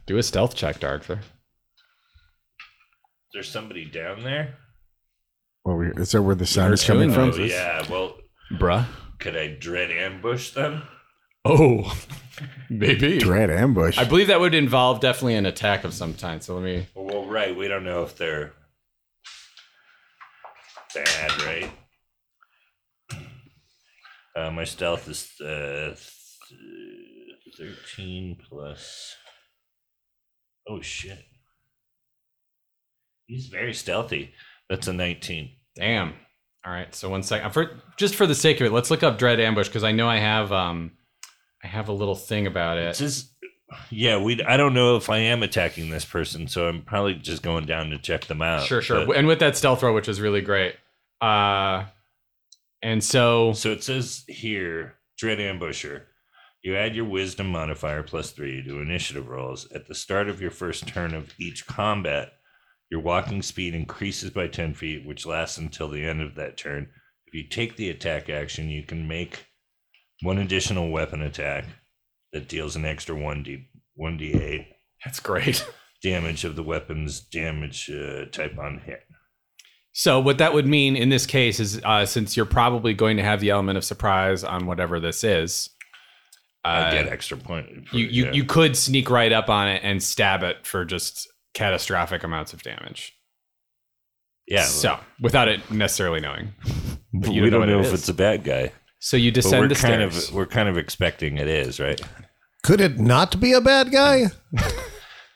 [SPEAKER 4] do a stealth check, Darkler.
[SPEAKER 1] There's somebody down there.
[SPEAKER 6] Well, we- is that where the sound is coming
[SPEAKER 4] chewing
[SPEAKER 6] from?
[SPEAKER 1] Oh yeah. Well,
[SPEAKER 4] bruh.
[SPEAKER 1] could I dread ambush them?
[SPEAKER 4] Oh, maybe.
[SPEAKER 6] Dread ambush.
[SPEAKER 4] I believe that would involve definitely an attack of some kind. So let me.
[SPEAKER 1] Oh, Well, right. We don't know if they're bad, right? Uh, my stealth is uh, th- thirteen plus. Oh shit! He's very stealthy. That's a nineteen.
[SPEAKER 4] Damn. All right. So one second. For just for the sake of it, let's look up Dread Ambush because I know I have um, I have a little thing about
[SPEAKER 1] It's
[SPEAKER 4] it.
[SPEAKER 1] just, yeah, we. I don't know if I am attacking this person, so I'm probably just going down to check them out.
[SPEAKER 4] Sure, sure.
[SPEAKER 1] But-
[SPEAKER 4] And with that stealth roll, which is really great. Uh, and so
[SPEAKER 1] so it says here, dread ambusher. You add your wisdom modifier plus three to initiative rolls. At the start of your first turn of each combat, your walking speed increases by 10 feet, which lasts until the end of that turn. If you take the attack action, you can make one additional weapon attack that deals an extra 1D, 1d8
[SPEAKER 4] That's great.
[SPEAKER 1] damage of the weapon's damage uh, type on hit.
[SPEAKER 4] So what that would mean in this case is uh, since you're probably going to have the element of surprise on whatever this is,
[SPEAKER 1] I
[SPEAKER 4] uh,
[SPEAKER 1] get extra point. for-
[SPEAKER 4] you you,
[SPEAKER 1] yeah.
[SPEAKER 4] you could sneak right up on it and stab it for just catastrophic amounts of damage.
[SPEAKER 1] yeah.
[SPEAKER 4] So without it necessarily knowing,
[SPEAKER 1] but
[SPEAKER 4] you
[SPEAKER 1] we
[SPEAKER 4] don't
[SPEAKER 1] don't
[SPEAKER 4] know
[SPEAKER 1] know
[SPEAKER 4] what it
[SPEAKER 1] if
[SPEAKER 4] is.
[SPEAKER 1] it's a bad guy.
[SPEAKER 4] so you
[SPEAKER 1] But we're
[SPEAKER 4] descend the
[SPEAKER 1] kind
[SPEAKER 4] stairs.
[SPEAKER 1] of we're kind of expecting it is right.
[SPEAKER 7] Could it not be a bad guy?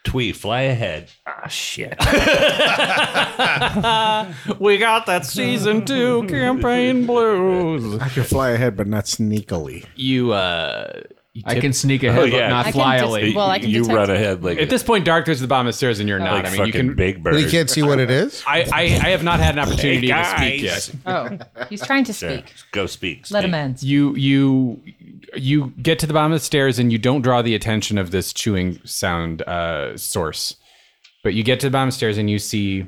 [SPEAKER 1] Twee, fly ahead. Ah, shit.
[SPEAKER 4] we got that season two campaign blues.
[SPEAKER 6] I can fly ahead, but not sneakily.
[SPEAKER 4] You uh, you
[SPEAKER 8] I
[SPEAKER 4] tip-
[SPEAKER 8] can sneak ahead,
[SPEAKER 1] Oh, yeah.
[SPEAKER 8] but not
[SPEAKER 2] I can
[SPEAKER 8] fly
[SPEAKER 2] just-
[SPEAKER 8] away.
[SPEAKER 2] Well, I can
[SPEAKER 1] you
[SPEAKER 2] detect-
[SPEAKER 1] run ahead like
[SPEAKER 4] at this point, dark goes to the bottom of the stairs, and you're
[SPEAKER 1] like
[SPEAKER 4] not. I mean, you
[SPEAKER 1] fucking
[SPEAKER 4] can.
[SPEAKER 1] Big Bird.
[SPEAKER 7] You can't see what it is.
[SPEAKER 4] I, I I have not had an opportunity to
[SPEAKER 1] guys.
[SPEAKER 4] speak yet.
[SPEAKER 2] Oh, he's trying to
[SPEAKER 1] Sure.
[SPEAKER 2] speak.
[SPEAKER 1] Go speak.
[SPEAKER 2] Let him
[SPEAKER 1] speak.
[SPEAKER 2] end.
[SPEAKER 4] You you you get to the bottom of the stairs, and you don't draw the attention of this chewing sound uh, source. But you get to the bottom of the stairs, and you see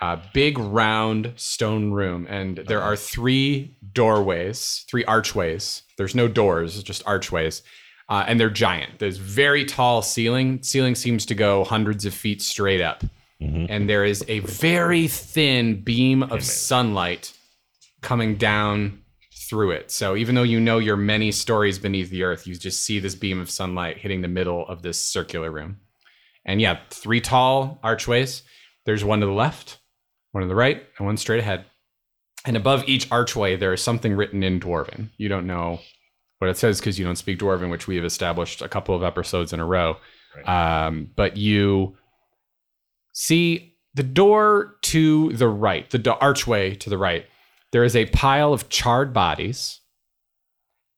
[SPEAKER 4] a big round stone room, and there are three doorways, three archways. There's no doors, just archways. Uh, and they're giant. There's very tall ceiling. Ceiling seems to go hundreds of feet straight up. And there is a very thin beam of sunlight coming down through it. So even though you know you're many stories beneath the earth, you just see this beam of sunlight hitting the middle of this circular room. And yeah, three tall archways. There's one to the left, one to the right, and one straight ahead. And above each archway, there is something written in Dwarven. You don't know what it says because you don't speak Dwarven, which we have established a couple of episodes in a row. Um, but you see the door to the right, the do- archway to the right, there is a pile of charred bodies.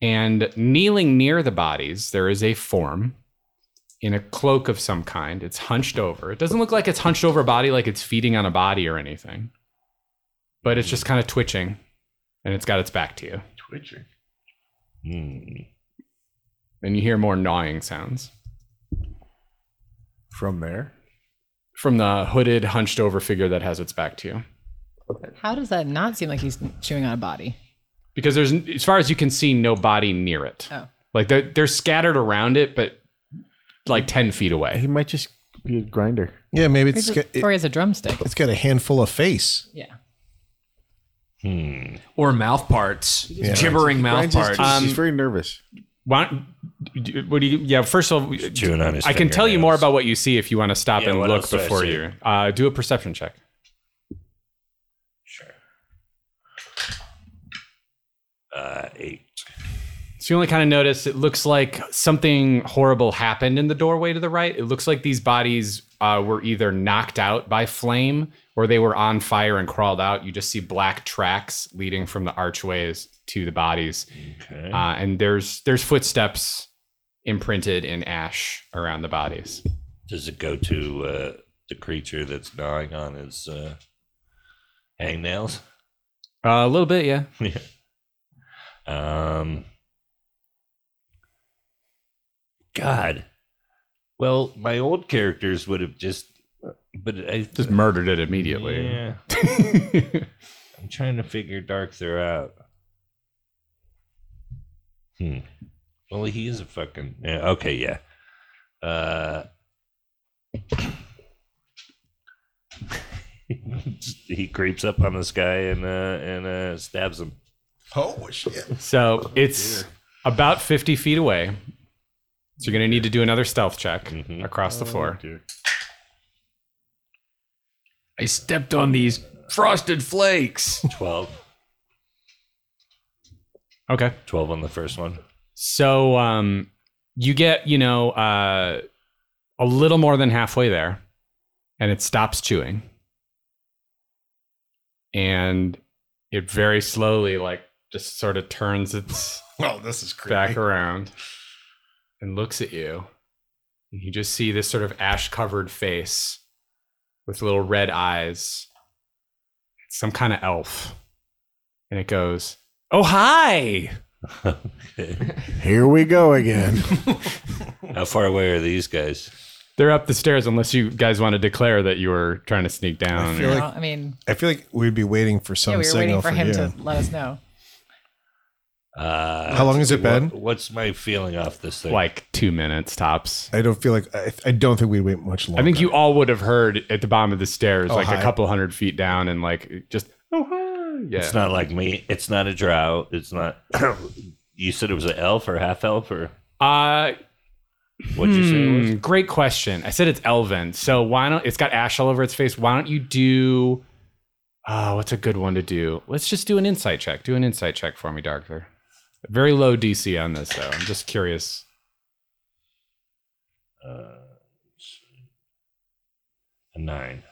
[SPEAKER 4] And kneeling near the bodies, there is a form in a cloak of some kind. It's hunched over. It doesn't look like it's hunched over a body, like it's feeding on a body or anything, but it's just kind of twitching and it's got its back to you.
[SPEAKER 1] Twitcher. Hmm.
[SPEAKER 4] And you hear more gnawing sounds
[SPEAKER 6] From there,
[SPEAKER 4] from the hooded, hunched over figure that has its back to you.
[SPEAKER 2] How does that not seem like he's chewing on a body?
[SPEAKER 4] Because there's, as far as you can see, no body near it.
[SPEAKER 2] Oh.
[SPEAKER 4] Like they're, they're scattered around it, but like 10 feet away.
[SPEAKER 6] he might just be a grinder.
[SPEAKER 7] Yeah, maybe it's
[SPEAKER 2] Or
[SPEAKER 7] got, it,
[SPEAKER 2] he has a drumstick.
[SPEAKER 7] has got a handful of face.
[SPEAKER 2] Yeah.
[SPEAKER 8] Or mouth parts. Gibbering mouth
[SPEAKER 6] Grinds his
[SPEAKER 8] parts.
[SPEAKER 6] teeth. he's very nervous.
[SPEAKER 4] Um, Why, d- what do you? Yeah, first of all,
[SPEAKER 1] chewing on his
[SPEAKER 4] I can tell you more
[SPEAKER 1] fingernails.
[SPEAKER 4] about what you see if you want to stop
[SPEAKER 1] Yeah,
[SPEAKER 4] and
[SPEAKER 1] what
[SPEAKER 4] look
[SPEAKER 1] else do I
[SPEAKER 4] before
[SPEAKER 1] see?
[SPEAKER 4] you uh, do a perception check.
[SPEAKER 1] Sure. Uh, eight.
[SPEAKER 4] So you only kind of notice it looks like something horrible happened in the doorway to the right. It looks like these bodies uh, were either knocked out by flame or they were on fire and crawled out. You just see black tracks leading from the archways to the bodies,
[SPEAKER 1] Okay.
[SPEAKER 4] uh, and there's there's footsteps imprinted in ash around the bodies.
[SPEAKER 1] Does it go to uh, the creature that's gnawing on his uh, hangnails?
[SPEAKER 4] Uh, a little bit, yeah.
[SPEAKER 1] yeah. Um. God. Well, my old characters would have just, but I
[SPEAKER 4] Just murdered it immediately.
[SPEAKER 1] Yeah. I'm trying to figure Darkther out. Hmm. Well, he is a fucking. Yeah, okay, yeah. Uh. he creeps up on this guy and uh, and uh, stabs him.
[SPEAKER 7] Oh shit!
[SPEAKER 4] So it's about 50 feet away. So you're going to need to do another stealth check
[SPEAKER 1] Mhm.
[SPEAKER 4] across the floor.
[SPEAKER 8] I stepped on these frosted flakes.
[SPEAKER 1] 12.
[SPEAKER 4] Okay.
[SPEAKER 1] 12 on the first one.
[SPEAKER 4] So um, you get, you know, uh, a little more than halfway there, and it stops chewing. And it very slowly, like, just sort of turns its
[SPEAKER 7] Oh, this is creepy.
[SPEAKER 4] back around and looks at you. And you just see this sort of ash covered face with little red eyes. It's some kind of elf. And it goes, Oh, hi.
[SPEAKER 6] Here we go again.
[SPEAKER 1] How far away are these guys?
[SPEAKER 4] They're up the stairs unless you guys want to declare that you were trying to sneak down.
[SPEAKER 7] feel
[SPEAKER 4] or-
[SPEAKER 7] like-
[SPEAKER 2] I mean,
[SPEAKER 7] I feel like we'd be waiting for some
[SPEAKER 2] yeah, we were
[SPEAKER 7] signal
[SPEAKER 2] waiting
[SPEAKER 7] for,
[SPEAKER 2] for him
[SPEAKER 7] you.
[SPEAKER 2] to let us know.
[SPEAKER 1] Uh,
[SPEAKER 7] How long has it been?
[SPEAKER 1] what- what's my feeling off this thing?
[SPEAKER 4] like two minutes tops.
[SPEAKER 7] I don't feel like I, I don't think we'd wait much longer. Oh,
[SPEAKER 4] I think you all would have heard at the bottom of the stairs, like
[SPEAKER 7] hi.
[SPEAKER 4] a couple hundred feet down, and like just oh hi, yeah.
[SPEAKER 1] It's not like me. It's not a drow. It's not. you said it was an elf or half elf or
[SPEAKER 4] uh,
[SPEAKER 1] what'd you say? It was?
[SPEAKER 4] hmm, great question. I said it's elven, so why don't it's got ash all over its face? Why don't you do? Uh, what's a good one to do? Let's just do an insight check. Do an insight check for me, Doctor. Very low DC on this, though. I'm just curious.
[SPEAKER 1] A nine.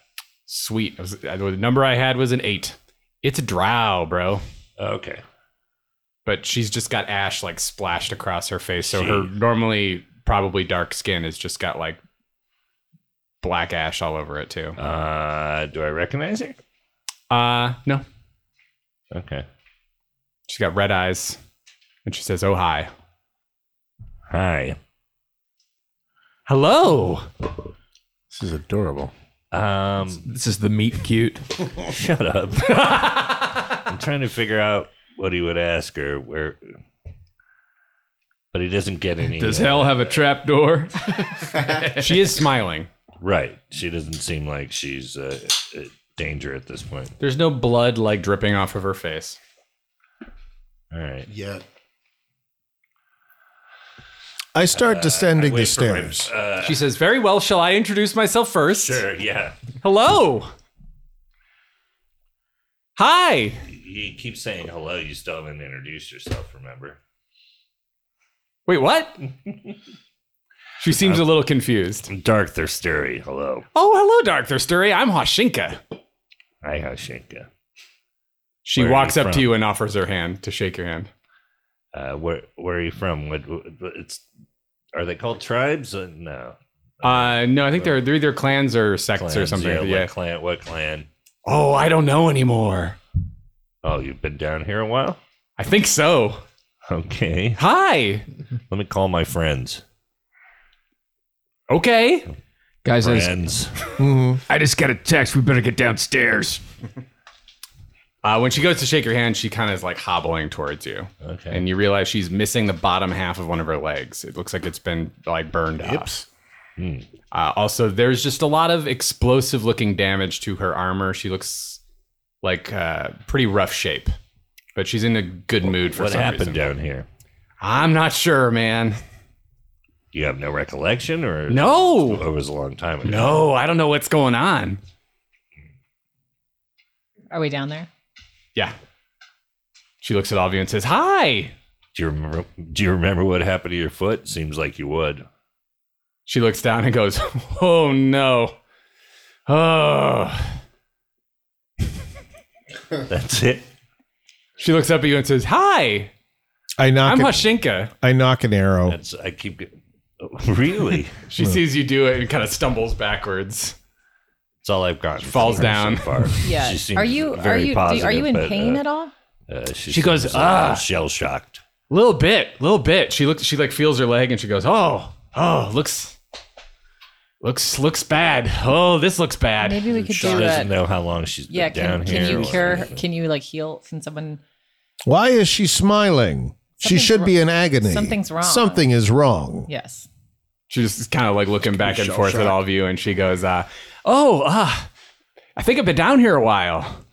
[SPEAKER 4] Sweet. I was, I- the number I had was an eight. It's a drow, bro.
[SPEAKER 1] Okay.
[SPEAKER 4] but she's just got ash like splashed across her face. So
[SPEAKER 1] Gee.
[SPEAKER 4] her normally probably dark skin has just got like black ash all over it too.
[SPEAKER 1] Uh, do I recognize her?
[SPEAKER 4] Uh no.
[SPEAKER 1] Okay.
[SPEAKER 4] She's got red eyes. And she says, Oh hi.
[SPEAKER 1] Hi.
[SPEAKER 4] Hello.
[SPEAKER 6] This is adorable.
[SPEAKER 1] Um,
[SPEAKER 8] This is the meat cute.
[SPEAKER 1] shut up. I'm trying to figure out what he would ask her where, but he doesn't get any.
[SPEAKER 8] Does
[SPEAKER 1] uh,
[SPEAKER 8] hell have a trap door?
[SPEAKER 4] She is smiling.
[SPEAKER 1] Right. She doesn't seem like she's uh, a danger at this point.
[SPEAKER 4] There's no blood like dripping off of her face.
[SPEAKER 1] All right.
[SPEAKER 6] Yeah.
[SPEAKER 7] Uh, I start descending the
[SPEAKER 1] wait for my- uh,
[SPEAKER 7] stairs.
[SPEAKER 4] She says, Very well, shall I introduce myself first?
[SPEAKER 1] Sure. Yeah.
[SPEAKER 4] Hello. Hi.
[SPEAKER 1] You keep saying hello. You still haven't introduced yourself. Remember?
[SPEAKER 4] Wait, what? she seems a little confused.
[SPEAKER 1] Dark Thirstery. Hello.
[SPEAKER 4] Oh, hello, Dark Thirstery. I'm Hoshinka.
[SPEAKER 1] Hi, Hashinka.
[SPEAKER 4] She
[SPEAKER 1] Where are
[SPEAKER 4] walks
[SPEAKER 1] you
[SPEAKER 4] up to
[SPEAKER 1] from?
[SPEAKER 4] you and offers her hand to shake your hand.
[SPEAKER 1] Uh, where Where are you from? What, what it's are they called tribes? Uh, no.
[SPEAKER 4] Uh, no, I think they're, they're either clans or sects or
[SPEAKER 1] Clans,
[SPEAKER 4] something.
[SPEAKER 1] Yeah.
[SPEAKER 4] Yeah.
[SPEAKER 1] What clan? What clan?
[SPEAKER 4] Oh, I don't know anymore.
[SPEAKER 1] Oh, you've been down here a while.
[SPEAKER 4] I think so.
[SPEAKER 1] Okay.
[SPEAKER 4] Hi.
[SPEAKER 1] Let me call my friends.
[SPEAKER 4] Okay.
[SPEAKER 8] Guys, I just, Mm-hmm.
[SPEAKER 1] Friends.
[SPEAKER 8] I just got a text. We better get downstairs.
[SPEAKER 4] Uh, when she goes to shake your hand, she kind of is like hobbling towards you.
[SPEAKER 1] Okay.
[SPEAKER 4] And you realize she's missing the bottom half of one of her legs. It looks like it's been like burned off.
[SPEAKER 1] Hmm.
[SPEAKER 4] Uh, also, there's just a lot of explosive looking damage to her armor. She looks like uh, pretty rough shape, but she's in a good mood for
[SPEAKER 1] what
[SPEAKER 4] some
[SPEAKER 1] happened
[SPEAKER 4] reason.
[SPEAKER 1] down here?
[SPEAKER 4] I'm not sure, man.
[SPEAKER 1] You have no recollection, or
[SPEAKER 4] No,
[SPEAKER 1] It was a long time ago.
[SPEAKER 4] no, I don't know what's going on.
[SPEAKER 2] Are we down there?
[SPEAKER 4] Yeah. She looks at all of you and says, "Hi."
[SPEAKER 1] Do you remember? Do you remember what happened to your foot? Seems like you would.
[SPEAKER 4] She looks down and goes, "Oh no." Oh.
[SPEAKER 1] That's it.
[SPEAKER 4] She looks up at you and says, "Hi."
[SPEAKER 7] I knock.
[SPEAKER 4] I'm
[SPEAKER 7] an-
[SPEAKER 4] Hoshinka.
[SPEAKER 7] I knock an arrow.
[SPEAKER 1] That's I keep. get- Oh, Really,
[SPEAKER 4] She sees you do it and kind of stumbles backwards.
[SPEAKER 1] it's all I've got.
[SPEAKER 4] Falls down.
[SPEAKER 1] So far.
[SPEAKER 2] Yeah.
[SPEAKER 1] She seems
[SPEAKER 2] are you are
[SPEAKER 1] very
[SPEAKER 2] you
[SPEAKER 1] positive,
[SPEAKER 2] do, are you in
[SPEAKER 1] but,
[SPEAKER 2] pain
[SPEAKER 1] uh,
[SPEAKER 2] at all?
[SPEAKER 1] uh, she,
[SPEAKER 4] She goes, "Ah."
[SPEAKER 1] shell shocked.
[SPEAKER 4] Little bit, little bit. She looks. She like feels her leg and she goes, "Oh, oh, looks, looks, looks bad. Oh, this looks bad."
[SPEAKER 2] Maybe we could
[SPEAKER 1] She
[SPEAKER 2] do
[SPEAKER 1] doesn't
[SPEAKER 2] that.
[SPEAKER 1] know how long she's
[SPEAKER 2] Yeah.
[SPEAKER 1] been down
[SPEAKER 2] Can,
[SPEAKER 1] here.
[SPEAKER 2] can you
[SPEAKER 1] or
[SPEAKER 2] cure?
[SPEAKER 1] anything.
[SPEAKER 2] Can you like heal? Can someone?
[SPEAKER 7] Why is she smiling? She
[SPEAKER 2] Something's
[SPEAKER 7] should be
[SPEAKER 2] wrong.
[SPEAKER 7] in agony.
[SPEAKER 2] Something's wrong.
[SPEAKER 7] Something is wrong.
[SPEAKER 2] Yes.
[SPEAKER 4] She's just kind of like looking back and forth at all of you, and she goes, uh, "Oh, uh, I think I've been down here a while.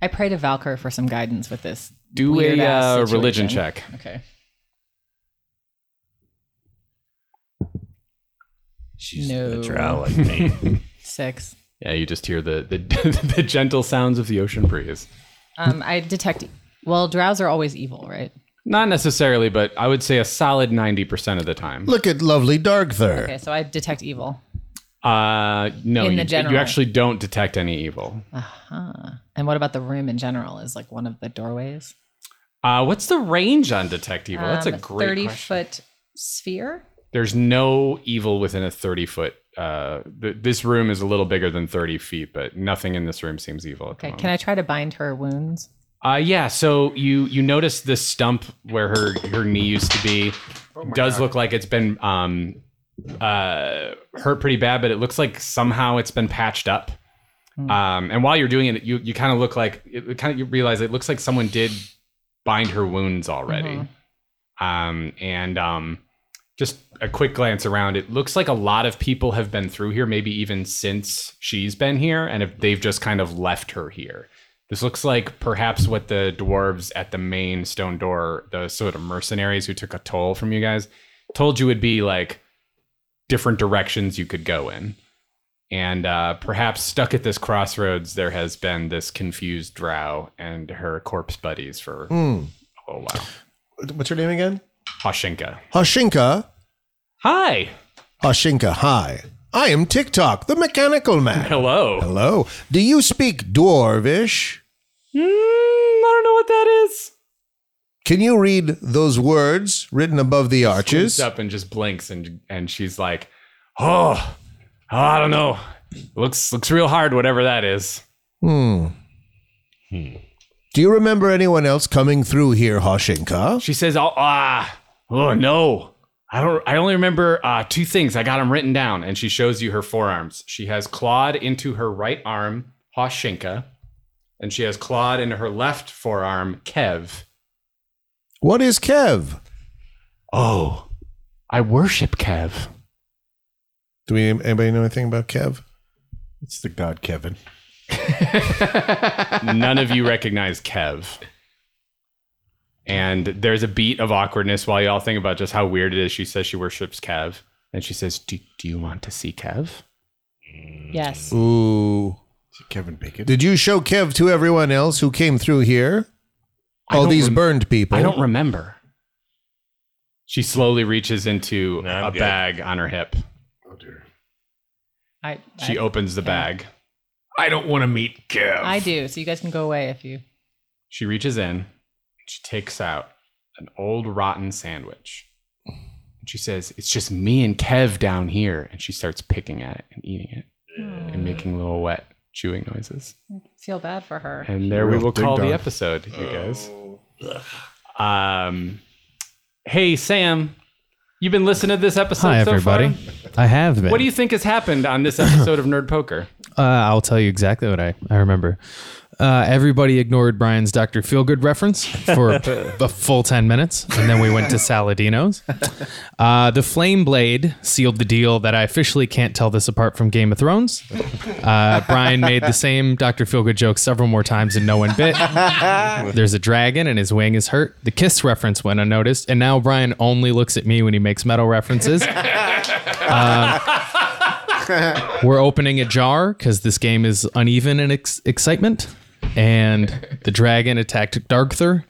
[SPEAKER 2] I pray to Valkyr for some guidance with this.
[SPEAKER 4] Do a
[SPEAKER 2] Weird-ass
[SPEAKER 4] uh,
[SPEAKER 2] situation.
[SPEAKER 4] religion check.
[SPEAKER 2] Okay.
[SPEAKER 1] She's
[SPEAKER 2] No.
[SPEAKER 1] a drow like me.
[SPEAKER 2] Six.
[SPEAKER 4] Yeah, you just hear the the, the gentle sounds of the ocean breeze.
[SPEAKER 2] Um, I detect. Well, drows are always evil, right?
[SPEAKER 4] Not necessarily, but I would say a solid ninety percent of the time.
[SPEAKER 7] Look at lovely Darkther.
[SPEAKER 2] Okay, so I detect evil.
[SPEAKER 4] Uh, no,
[SPEAKER 2] In the
[SPEAKER 4] you,
[SPEAKER 2] general. Uh.
[SPEAKER 4] you actually don't detect any evil.
[SPEAKER 2] And what about the room in general? Is like one of the doorways.
[SPEAKER 4] Uh, what's the range on detect evil? That's a
[SPEAKER 2] Um,
[SPEAKER 4] great
[SPEAKER 2] thirty
[SPEAKER 4] question.
[SPEAKER 2] foot sphere.
[SPEAKER 4] There's no evil within a 30 foot. Uh, th- this room is a little bigger than 30 feet, but nothing in this room seems evil. At the
[SPEAKER 2] Okay,
[SPEAKER 4] moment.
[SPEAKER 2] can I try to bind her wounds?
[SPEAKER 4] Uh, yeah. So you you notice this stump where her her knee used to be does look like it's been um uh hurt pretty bad, but it looks like somehow it's been patched up. Um, and while you're doing it, you you kind of look like it, kind of you realize it looks like someone did bind her wounds already. Um, and um, just a quick glance around, it looks like a lot of people have been through here, maybe even since she's been here, and if they've just kind of left her here. This looks like perhaps what the dwarves at the main stone door, the sort of mercenaries who took a toll from you guys, told you would be like different directions you could go in. And uh, perhaps stuck at this crossroads, there has been this confused drow and her corpse buddies for a little while.
[SPEAKER 7] Hmm. What's her name again?
[SPEAKER 4] Hashinka.
[SPEAKER 7] Hashinka.
[SPEAKER 4] Hi.
[SPEAKER 7] Hashinka, hi. I am TikTok, the mechanical man.
[SPEAKER 4] Hello. Hmm,
[SPEAKER 7] Hello. Do you speak dwarvish?
[SPEAKER 4] I don't know what that is.
[SPEAKER 7] Can you read those words written above the
[SPEAKER 4] Looks
[SPEAKER 7] arches?
[SPEAKER 4] up and just blinks and and she's like, "Oh, I don't know. Looks looks real hard whatever that is."
[SPEAKER 7] Hmm.
[SPEAKER 4] Hmm.
[SPEAKER 7] Do you remember anyone else coming through here, Hashinka?
[SPEAKER 4] She says, "Oh, ah, oh no. I don't I only remember uh two things. I got them written down." And she shows you her forearms. She has clawed into her right arm, Hoshinka, and she has clawed into her left forearm, Kev.
[SPEAKER 7] What is Kev?
[SPEAKER 4] Oh, I worship Kev.
[SPEAKER 7] Do we anybody know anything about Kev?
[SPEAKER 6] It's the god Kevin.
[SPEAKER 4] none of you recognize Kev. And there's a beat of awkwardness while y'all think about just how weird it is. She says she worships Kev. And she says, Do, do you want to see Kev?
[SPEAKER 1] Mm.
[SPEAKER 2] Yes.
[SPEAKER 7] Ooh.
[SPEAKER 6] Is it Kevin Bacon?
[SPEAKER 7] Did you show Kev to everyone else who came through here? All
[SPEAKER 4] don't
[SPEAKER 7] these
[SPEAKER 4] rem-
[SPEAKER 7] burned people.
[SPEAKER 4] I don't remember. She slowly reaches into
[SPEAKER 1] No, I'm
[SPEAKER 4] a
[SPEAKER 1] good.
[SPEAKER 4] bag on her hip.
[SPEAKER 6] Oh dear.
[SPEAKER 2] I,
[SPEAKER 4] She
[SPEAKER 2] I,
[SPEAKER 4] opens the bag.
[SPEAKER 8] I don't want to meet Kev.
[SPEAKER 2] I do. So you guys can go away if you.
[SPEAKER 4] She reaches in. She takes out an old rotten sandwich. And she says, It's just me and Kev down here. And she starts picking at it and eating it and making little wet chewing noises.
[SPEAKER 2] Feel bad for her.
[SPEAKER 4] And there we
[SPEAKER 6] Real
[SPEAKER 4] will call
[SPEAKER 6] ding-dong.
[SPEAKER 4] the episode, you guys.
[SPEAKER 1] Oh.
[SPEAKER 4] Um, hey, Sam, you've been listening to this episode
[SPEAKER 3] Hi,
[SPEAKER 4] so
[SPEAKER 3] everybody.
[SPEAKER 4] far.
[SPEAKER 3] I have been.
[SPEAKER 4] What do you think has happened on this episode of Nerd Poker?
[SPEAKER 3] Uh, I'll tell you exactly what I, I remember. Uh, everybody ignored Brian's Dr. Feelgood reference for a full 10 minutes, and then we went to Saladino's. Uh, the Flame Blade sealed the deal that I officially can't tell this apart from Game of Thrones. Uh, Brian made the same Dr. Feelgood joke several more times and no one bit. There's a dragon and his wing is hurt. The kiss reference went unnoticed, and now Brian only looks at me when he makes metal references. We're opening a jar because this game is uneven in ex- excitement, and the dragon attacked Darkther.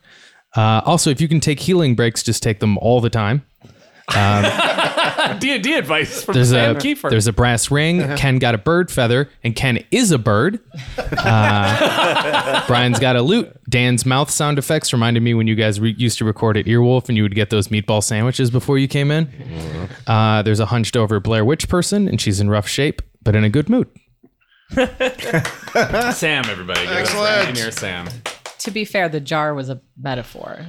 [SPEAKER 3] Uh, also, if you can take healing breaks, just take them all the time. Um,
[SPEAKER 4] D and D advice from Uh-huh.
[SPEAKER 3] There's
[SPEAKER 4] Sam
[SPEAKER 3] a
[SPEAKER 4] Kiefer.
[SPEAKER 3] there's a brass ring. Ken got a bird feather, and Ken is a bird. Uh, Brian's got a lute. Dan's mouth sound effects reminded me when you guys re- used to record at Earwolf, and you would get those meatball sandwiches before you came in. Uh, there's a hunched over Blair Witch person, and she's in rough shape but in a good mood.
[SPEAKER 4] Sam, everybody. Give us
[SPEAKER 7] Excellent.
[SPEAKER 4] an Engineer Sam.
[SPEAKER 2] To be fair, the jar was a metaphor.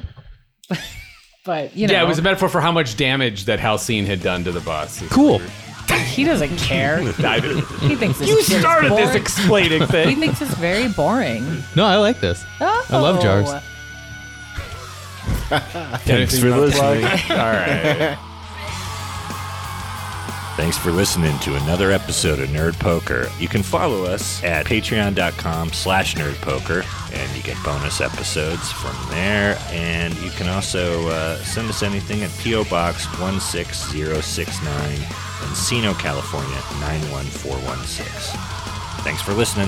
[SPEAKER 2] but, you know,
[SPEAKER 4] Yeah, it was a metaphor for how much damage that Halcyon had done to the boss.
[SPEAKER 3] Cool.
[SPEAKER 2] he doesn't care.
[SPEAKER 4] I did-
[SPEAKER 2] He thinks this you
[SPEAKER 4] started this explaining
[SPEAKER 2] He
[SPEAKER 4] thing.
[SPEAKER 2] thinks it's very boring.
[SPEAKER 3] No, I like this.
[SPEAKER 2] Oh.
[SPEAKER 3] I love jars.
[SPEAKER 1] Thanks for listening.
[SPEAKER 4] All right.
[SPEAKER 1] Thanks for listening to another episode of Nerd Poker. You can follow us at patreon.com slash nerdpoker, and you get bonus episodes from there. And you can also uh, send us anything at P.O. Box 16069, Encino, California 91416. Thanks for listening.